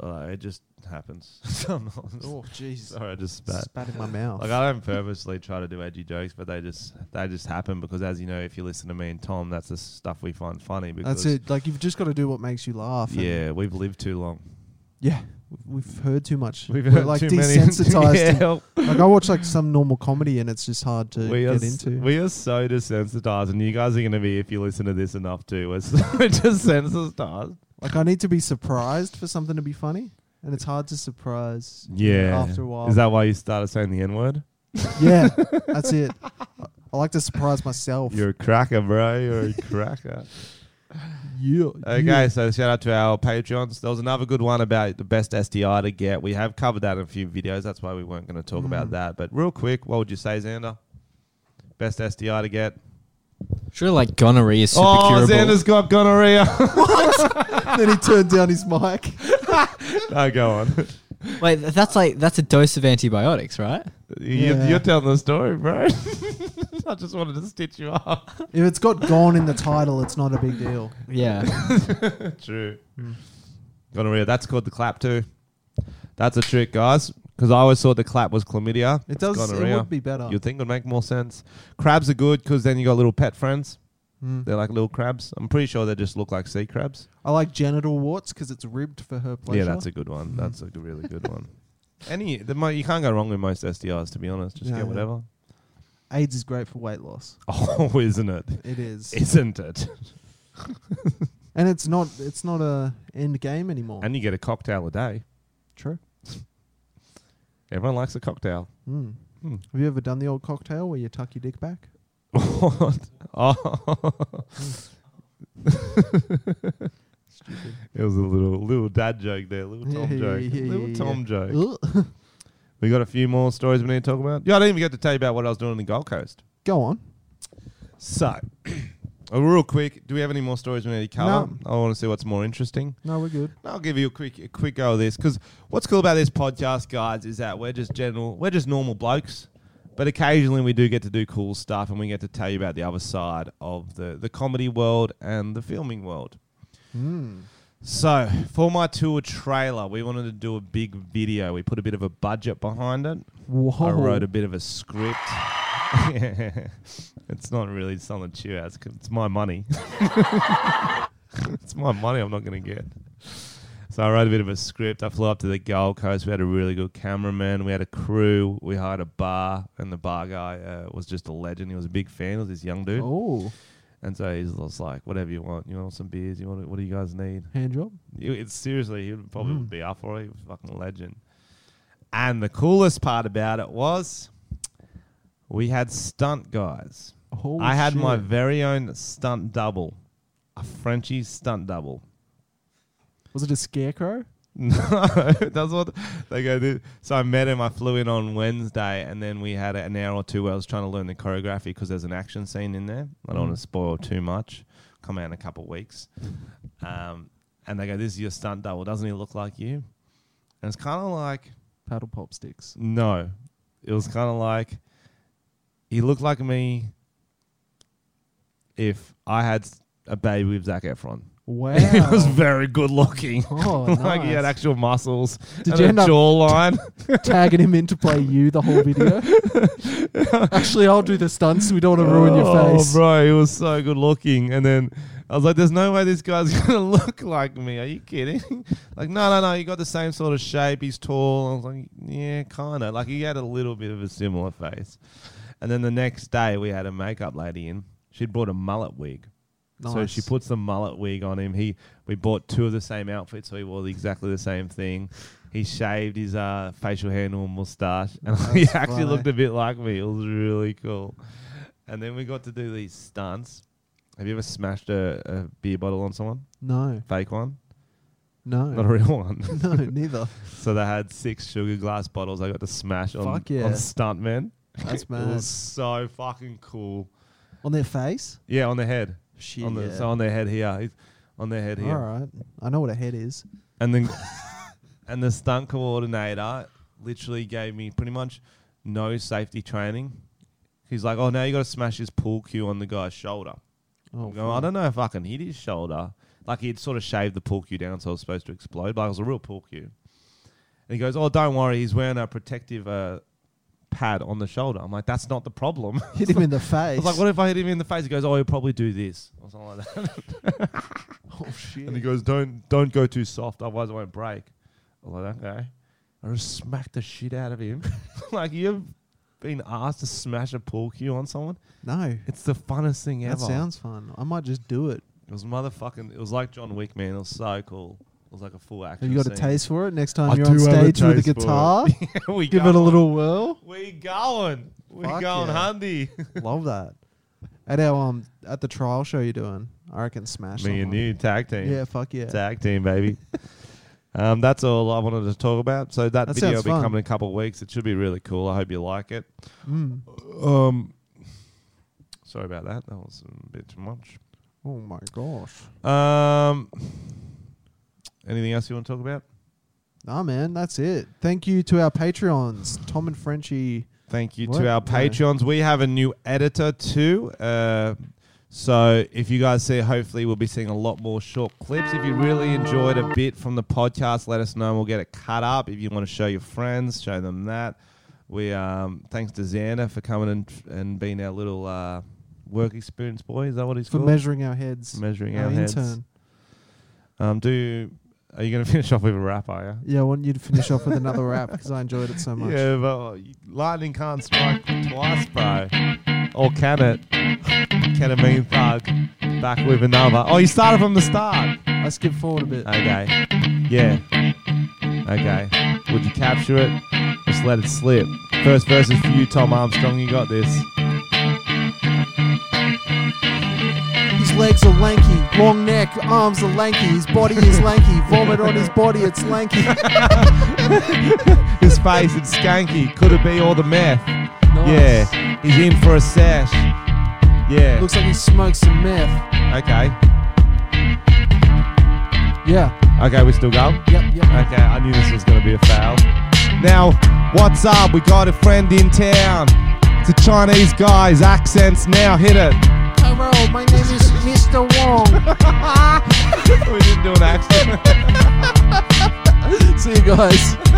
Speaker 2: uh, it just happens sometimes.
Speaker 1: Oh, jeez.
Speaker 2: Sorry, I just spat.
Speaker 1: Spat in my mouth.
Speaker 2: Like I don't purposely try to do edgy jokes, but they just they just happen because, as you know, if you listen to me and Tom, that's the stuff we find funny. Because
Speaker 1: That's it. Like you've just got to do what makes you laugh. and-
Speaker 2: Yeah, we've lived too long.
Speaker 1: Yeah, we've heard too much.
Speaker 2: We've
Speaker 1: We're,
Speaker 2: heard
Speaker 1: like
Speaker 2: too many.
Speaker 1: desensitized. to-
Speaker 2: Yeah.
Speaker 1: like I watch like some normal comedy and it's just hard to
Speaker 2: we are
Speaker 1: get
Speaker 2: s-
Speaker 1: into.
Speaker 2: we are so desensitized, and you guys are going to be if you listen to this enough too. We're, s- we're just sensitized.
Speaker 1: Like I need to be surprised for something to be funny, and it's hard to surprise.
Speaker 2: Yeah.
Speaker 1: after a while.
Speaker 2: is that why you started saying the n word?
Speaker 1: yeah, that's it. I like to surprise myself.
Speaker 2: You're a cracker, bro. You're a cracker.
Speaker 1: Yeah.
Speaker 2: Okay,
Speaker 1: yeah.
Speaker 2: so shout out to our Patreons. There was another good one about the best SDI to get. We have covered that in a few videos. That's why we weren't going to talk
Speaker 1: Mm.
Speaker 2: about that. But real quick, what would you say, Xander? Best SDI to get?
Speaker 6: Surely, like gonorrhea is super
Speaker 2: oh,
Speaker 6: curable.
Speaker 2: Xander's got gonorrhea.
Speaker 1: then he turned down his mic.
Speaker 2: no, Oh, go on.
Speaker 6: Wait, th- that's like that's a dose of antibiotics, right?
Speaker 2: You,
Speaker 1: Yeah.
Speaker 2: You're telling the story, bro. I just wanted to stitch you up.
Speaker 1: If it's got "gone" in the title, it's not a big deal.
Speaker 6: Yeah.
Speaker 2: True. Gonorrhea. That's called the clap too. That's a trick, guys. Because I always thought the clap was chlamydia.
Speaker 1: It
Speaker 2: It's
Speaker 1: does- it
Speaker 2: Gonorrhea.
Speaker 1: would be better.
Speaker 2: You'd think it would make more sense. Crabs are good because then you got little pet friends.
Speaker 1: Mm.
Speaker 2: They're like little crabs. I'm pretty sure they just look like sea crabs.
Speaker 1: I like genital warts because it's ribbed for her pleasure.
Speaker 2: Yeah, that's a good one. That's a g- really good one. Any, the, mo- you can't go wrong with most SDIs, to be honest. Just
Speaker 1: Yeah,
Speaker 2: get
Speaker 1: yeah.
Speaker 2: whatever.
Speaker 1: AIDS is great for weight loss.
Speaker 2: Oh, isn't it?
Speaker 1: It is.
Speaker 2: Isn't it?
Speaker 1: and it's not it's not a end game anymore.
Speaker 2: And you get a cocktail a day.
Speaker 1: True.
Speaker 2: Everyone likes a cocktail.
Speaker 1: Mm.
Speaker 2: Hmm.
Speaker 1: Have you ever done the old cocktail where you tuck your dick back?
Speaker 2: Oh. it was a little little dad joke there, little Tom
Speaker 1: Yeah,
Speaker 2: joke,
Speaker 1: yeah, yeah,
Speaker 2: little
Speaker 1: yeah,
Speaker 2: Tom
Speaker 1: yeah.
Speaker 2: joke. we got a few more stories we need to talk about. Yeah, I didn't even get to tell you about what I was doing on the Gold Coast.
Speaker 1: Go on.
Speaker 2: So, uh, real quick, do we have any more stories we need to cover? I want to see what's more interesting.
Speaker 1: No, we're good.
Speaker 2: I'll give you a quick a quick go of this because what's cool about this podcast, guys, is that we're just general, we're just normal blokes, but occasionally we do get to do cool stuff and we get to tell you about the other side of the the comedy world and the filming world.
Speaker 1: Mm.
Speaker 2: So for my tour trailer, we wanted to do a big video. We put a bit of a budget behind it.
Speaker 1: Whoa.
Speaker 2: I wrote a bit of a script. it's not really something to chew out. It's, c- it's my money. it's my money. I'm not going to get. So I wrote a bit of a script. I flew up to the Gold Coast. We had a really good cameraman. We had a crew. We hired a bar, and the bar guy uh, was just a legend. He was a big fan. He was this young dude.
Speaker 1: Oh.
Speaker 2: And so he's just like, whatever you want. You want some beers? You want? What do you guys need?
Speaker 1: Hand job?
Speaker 2: You- It's seriously, he would probably
Speaker 1: Mm.
Speaker 2: would be up for it. He was a fucking legend. And the coolest part about it was we had stunt guys.
Speaker 1: Holy
Speaker 2: I had my
Speaker 1: shit.
Speaker 2: very own stunt double, a Frenchie stunt double.
Speaker 1: Was it a scarecrow?
Speaker 2: No, that's what they go. "Dude." So I met him. I flew in on Wednesday, and then we had an hour or two where I was trying to learn the choreography because there's an action scene in there. I don't want
Speaker 1: Mm.
Speaker 2: to spoil too much. Come out in a couple of weeks, um, and they go, "This is your stunt double. Doesn't he look like you?" And it's kind of like
Speaker 1: paddle pop sticks.
Speaker 2: No, it was kind of like he looked like me if I had s- a baby with Zac Efron.
Speaker 1: Wow.
Speaker 2: he was very good looking.
Speaker 1: Oh,
Speaker 2: like he had
Speaker 1: nice.
Speaker 2: actual muscles
Speaker 1: Did
Speaker 2: and
Speaker 1: you
Speaker 2: a
Speaker 1: end up
Speaker 2: jawline.
Speaker 1: tagging him in to play you the whole video. Actually, I'll do the stunts. We don't want to ruin your face.
Speaker 2: Oh, bro, he was so good looking. And then I was like, "There's no way this guy's gonna look like me. Are you kidding?" like, no, no, no. He got the same sort of shape. He's tall. I was like, "Yeah, kind of." Like he had a little bit of a similar face. And then the next day, we had a makeup lady in. She'd brought a mullet wig. So she
Speaker 1: Nice.
Speaker 2: puts the mullet wig on him. He we bought two of the same outfits, so he wore the- exactly the same thing. He shaved his uh, facial hair and moustache, and he
Speaker 1: That's
Speaker 2: actually
Speaker 1: funny.
Speaker 2: looked a bit like me. It was really cool. And then we got to do these stunts. Have you ever smashed a, a beer bottle on someone?
Speaker 1: No.
Speaker 2: Fake one?
Speaker 1: No.
Speaker 2: Not a real one.
Speaker 1: No, neither.
Speaker 2: so they had six sugar glass bottles I got to smash on,
Speaker 1: Fuck yeah.
Speaker 2: on stuntmen.
Speaker 1: That's
Speaker 2: It
Speaker 1: mad.
Speaker 2: was so fucking cool.
Speaker 1: On their face?
Speaker 2: Yeah, on their head.
Speaker 1: Shit,
Speaker 2: On the,
Speaker 1: yeah.
Speaker 2: So on their head here. He's- On their head here.
Speaker 1: All right. I know what a head is.
Speaker 2: And then and the stunt coordinator literally gave me pretty much no safety training. He's like, Oh now you gotta smash his pool cue on the guy's shoulder.
Speaker 1: Oh,
Speaker 2: I'm going, I
Speaker 1: fuck.
Speaker 2: don't know if I can hit his shoulder. Like he'd sort of shaved the pool cue down so it was supposed to explode, but it was a real pool cue. And he goes, Oh, don't worry, he's wearing a protective uh, pad on the shoulder. I'm like, That's not the problem.
Speaker 1: Hit him in the
Speaker 2: I
Speaker 1: face.
Speaker 2: was like, What if I hit him in the face? He goes, Oh, he'll probably do this or something like that.
Speaker 1: oh shit.
Speaker 2: And he goes, "Don't don't go too soft, otherwise it won't break." I'm like, "Okay." I just smacked the shit out of him. like you've been asked to smash a pool cue on someone.
Speaker 1: No.
Speaker 2: It's the funnest thing ever.
Speaker 1: That sounds fun. I might just do it.
Speaker 2: It was motherfucking. It was like John Wick, man. It was so cool. It was like a full action.
Speaker 1: Have you got a
Speaker 2: scene.
Speaker 1: taste for it? Next time
Speaker 2: I
Speaker 1: you're on
Speaker 2: do have a
Speaker 1: stage with a
Speaker 2: taste for it.
Speaker 1: guitar,
Speaker 2: Yeah, we
Speaker 1: give
Speaker 2: go.
Speaker 1: it a little whirl.
Speaker 2: We going. We
Speaker 1: Fuck
Speaker 2: going,
Speaker 1: yeah.
Speaker 2: handy.
Speaker 1: Love that. At our um at the trial show you're doing, I reckon smash.
Speaker 2: Me and
Speaker 1: someone.
Speaker 2: you tag team.
Speaker 1: Yeah, fuck yeah.
Speaker 2: Tag team, baby. um, that's all I wanted to talk about. So that,
Speaker 1: That
Speaker 2: video will
Speaker 1: sounds
Speaker 2: be
Speaker 1: fun.
Speaker 2: coming in a couple of weeks. It should be really cool. I hope you like it.
Speaker 1: Mm.
Speaker 2: Um, sorry about that. That was a bit too much.
Speaker 1: Oh my gosh.
Speaker 2: Um, anything else you want to talk about?
Speaker 1: Nah, man, that's it. Thank you to our Patreons, Tom and Frenchie.
Speaker 2: Thank you
Speaker 1: What?
Speaker 2: to our
Speaker 1: No.
Speaker 2: Patreons. We have a new editor too. Uh, so if you guys see, hopefully we'll be seeing a lot more short clips. If you really enjoyed a bit from the podcast, let us know and we'll get it cut up. If you want to show your friends, show them that. We um, thanks to Xander for coming and and being our little uh, work experience boy. Is that what he's
Speaker 1: For
Speaker 2: called?
Speaker 1: measuring our heads.
Speaker 2: Measuring
Speaker 1: Our
Speaker 2: our, heads.
Speaker 1: intern.
Speaker 2: Um, do Are you going to finish off with a rap, are you?
Speaker 1: Yeah, I want you to finish off with another rap because I enjoyed it so much.
Speaker 2: Yeah, but lightning can't strike twice, bro. Or can it? Can a mean thug back with another? Oh, you started from the start.
Speaker 1: I skipped forward a bit.
Speaker 2: Okay. Yeah. Okay. Would you capture it? Just let it slip. First verse is for you, Tom Armstrong. You got this.
Speaker 1: His legs are lanky, long neck, arms are lanky, his body is lanky, vomit on his body, it's lanky.
Speaker 2: His face is skanky. Could it be all the meth? Yeah. He's in for a sash. Yeah.
Speaker 1: Looks like he smokes some meth.
Speaker 2: Okay.
Speaker 1: Yeah.
Speaker 2: Okay, we still go?
Speaker 1: Yep, yep.
Speaker 2: Okay, I knew this was going to be a foul. Now, what's up? We got a friend in town. It's a Chinese guy's accents now. Hit it.
Speaker 13: Hello, my name is Mr. Wong.
Speaker 2: we didn't do an accent.
Speaker 1: See you guys.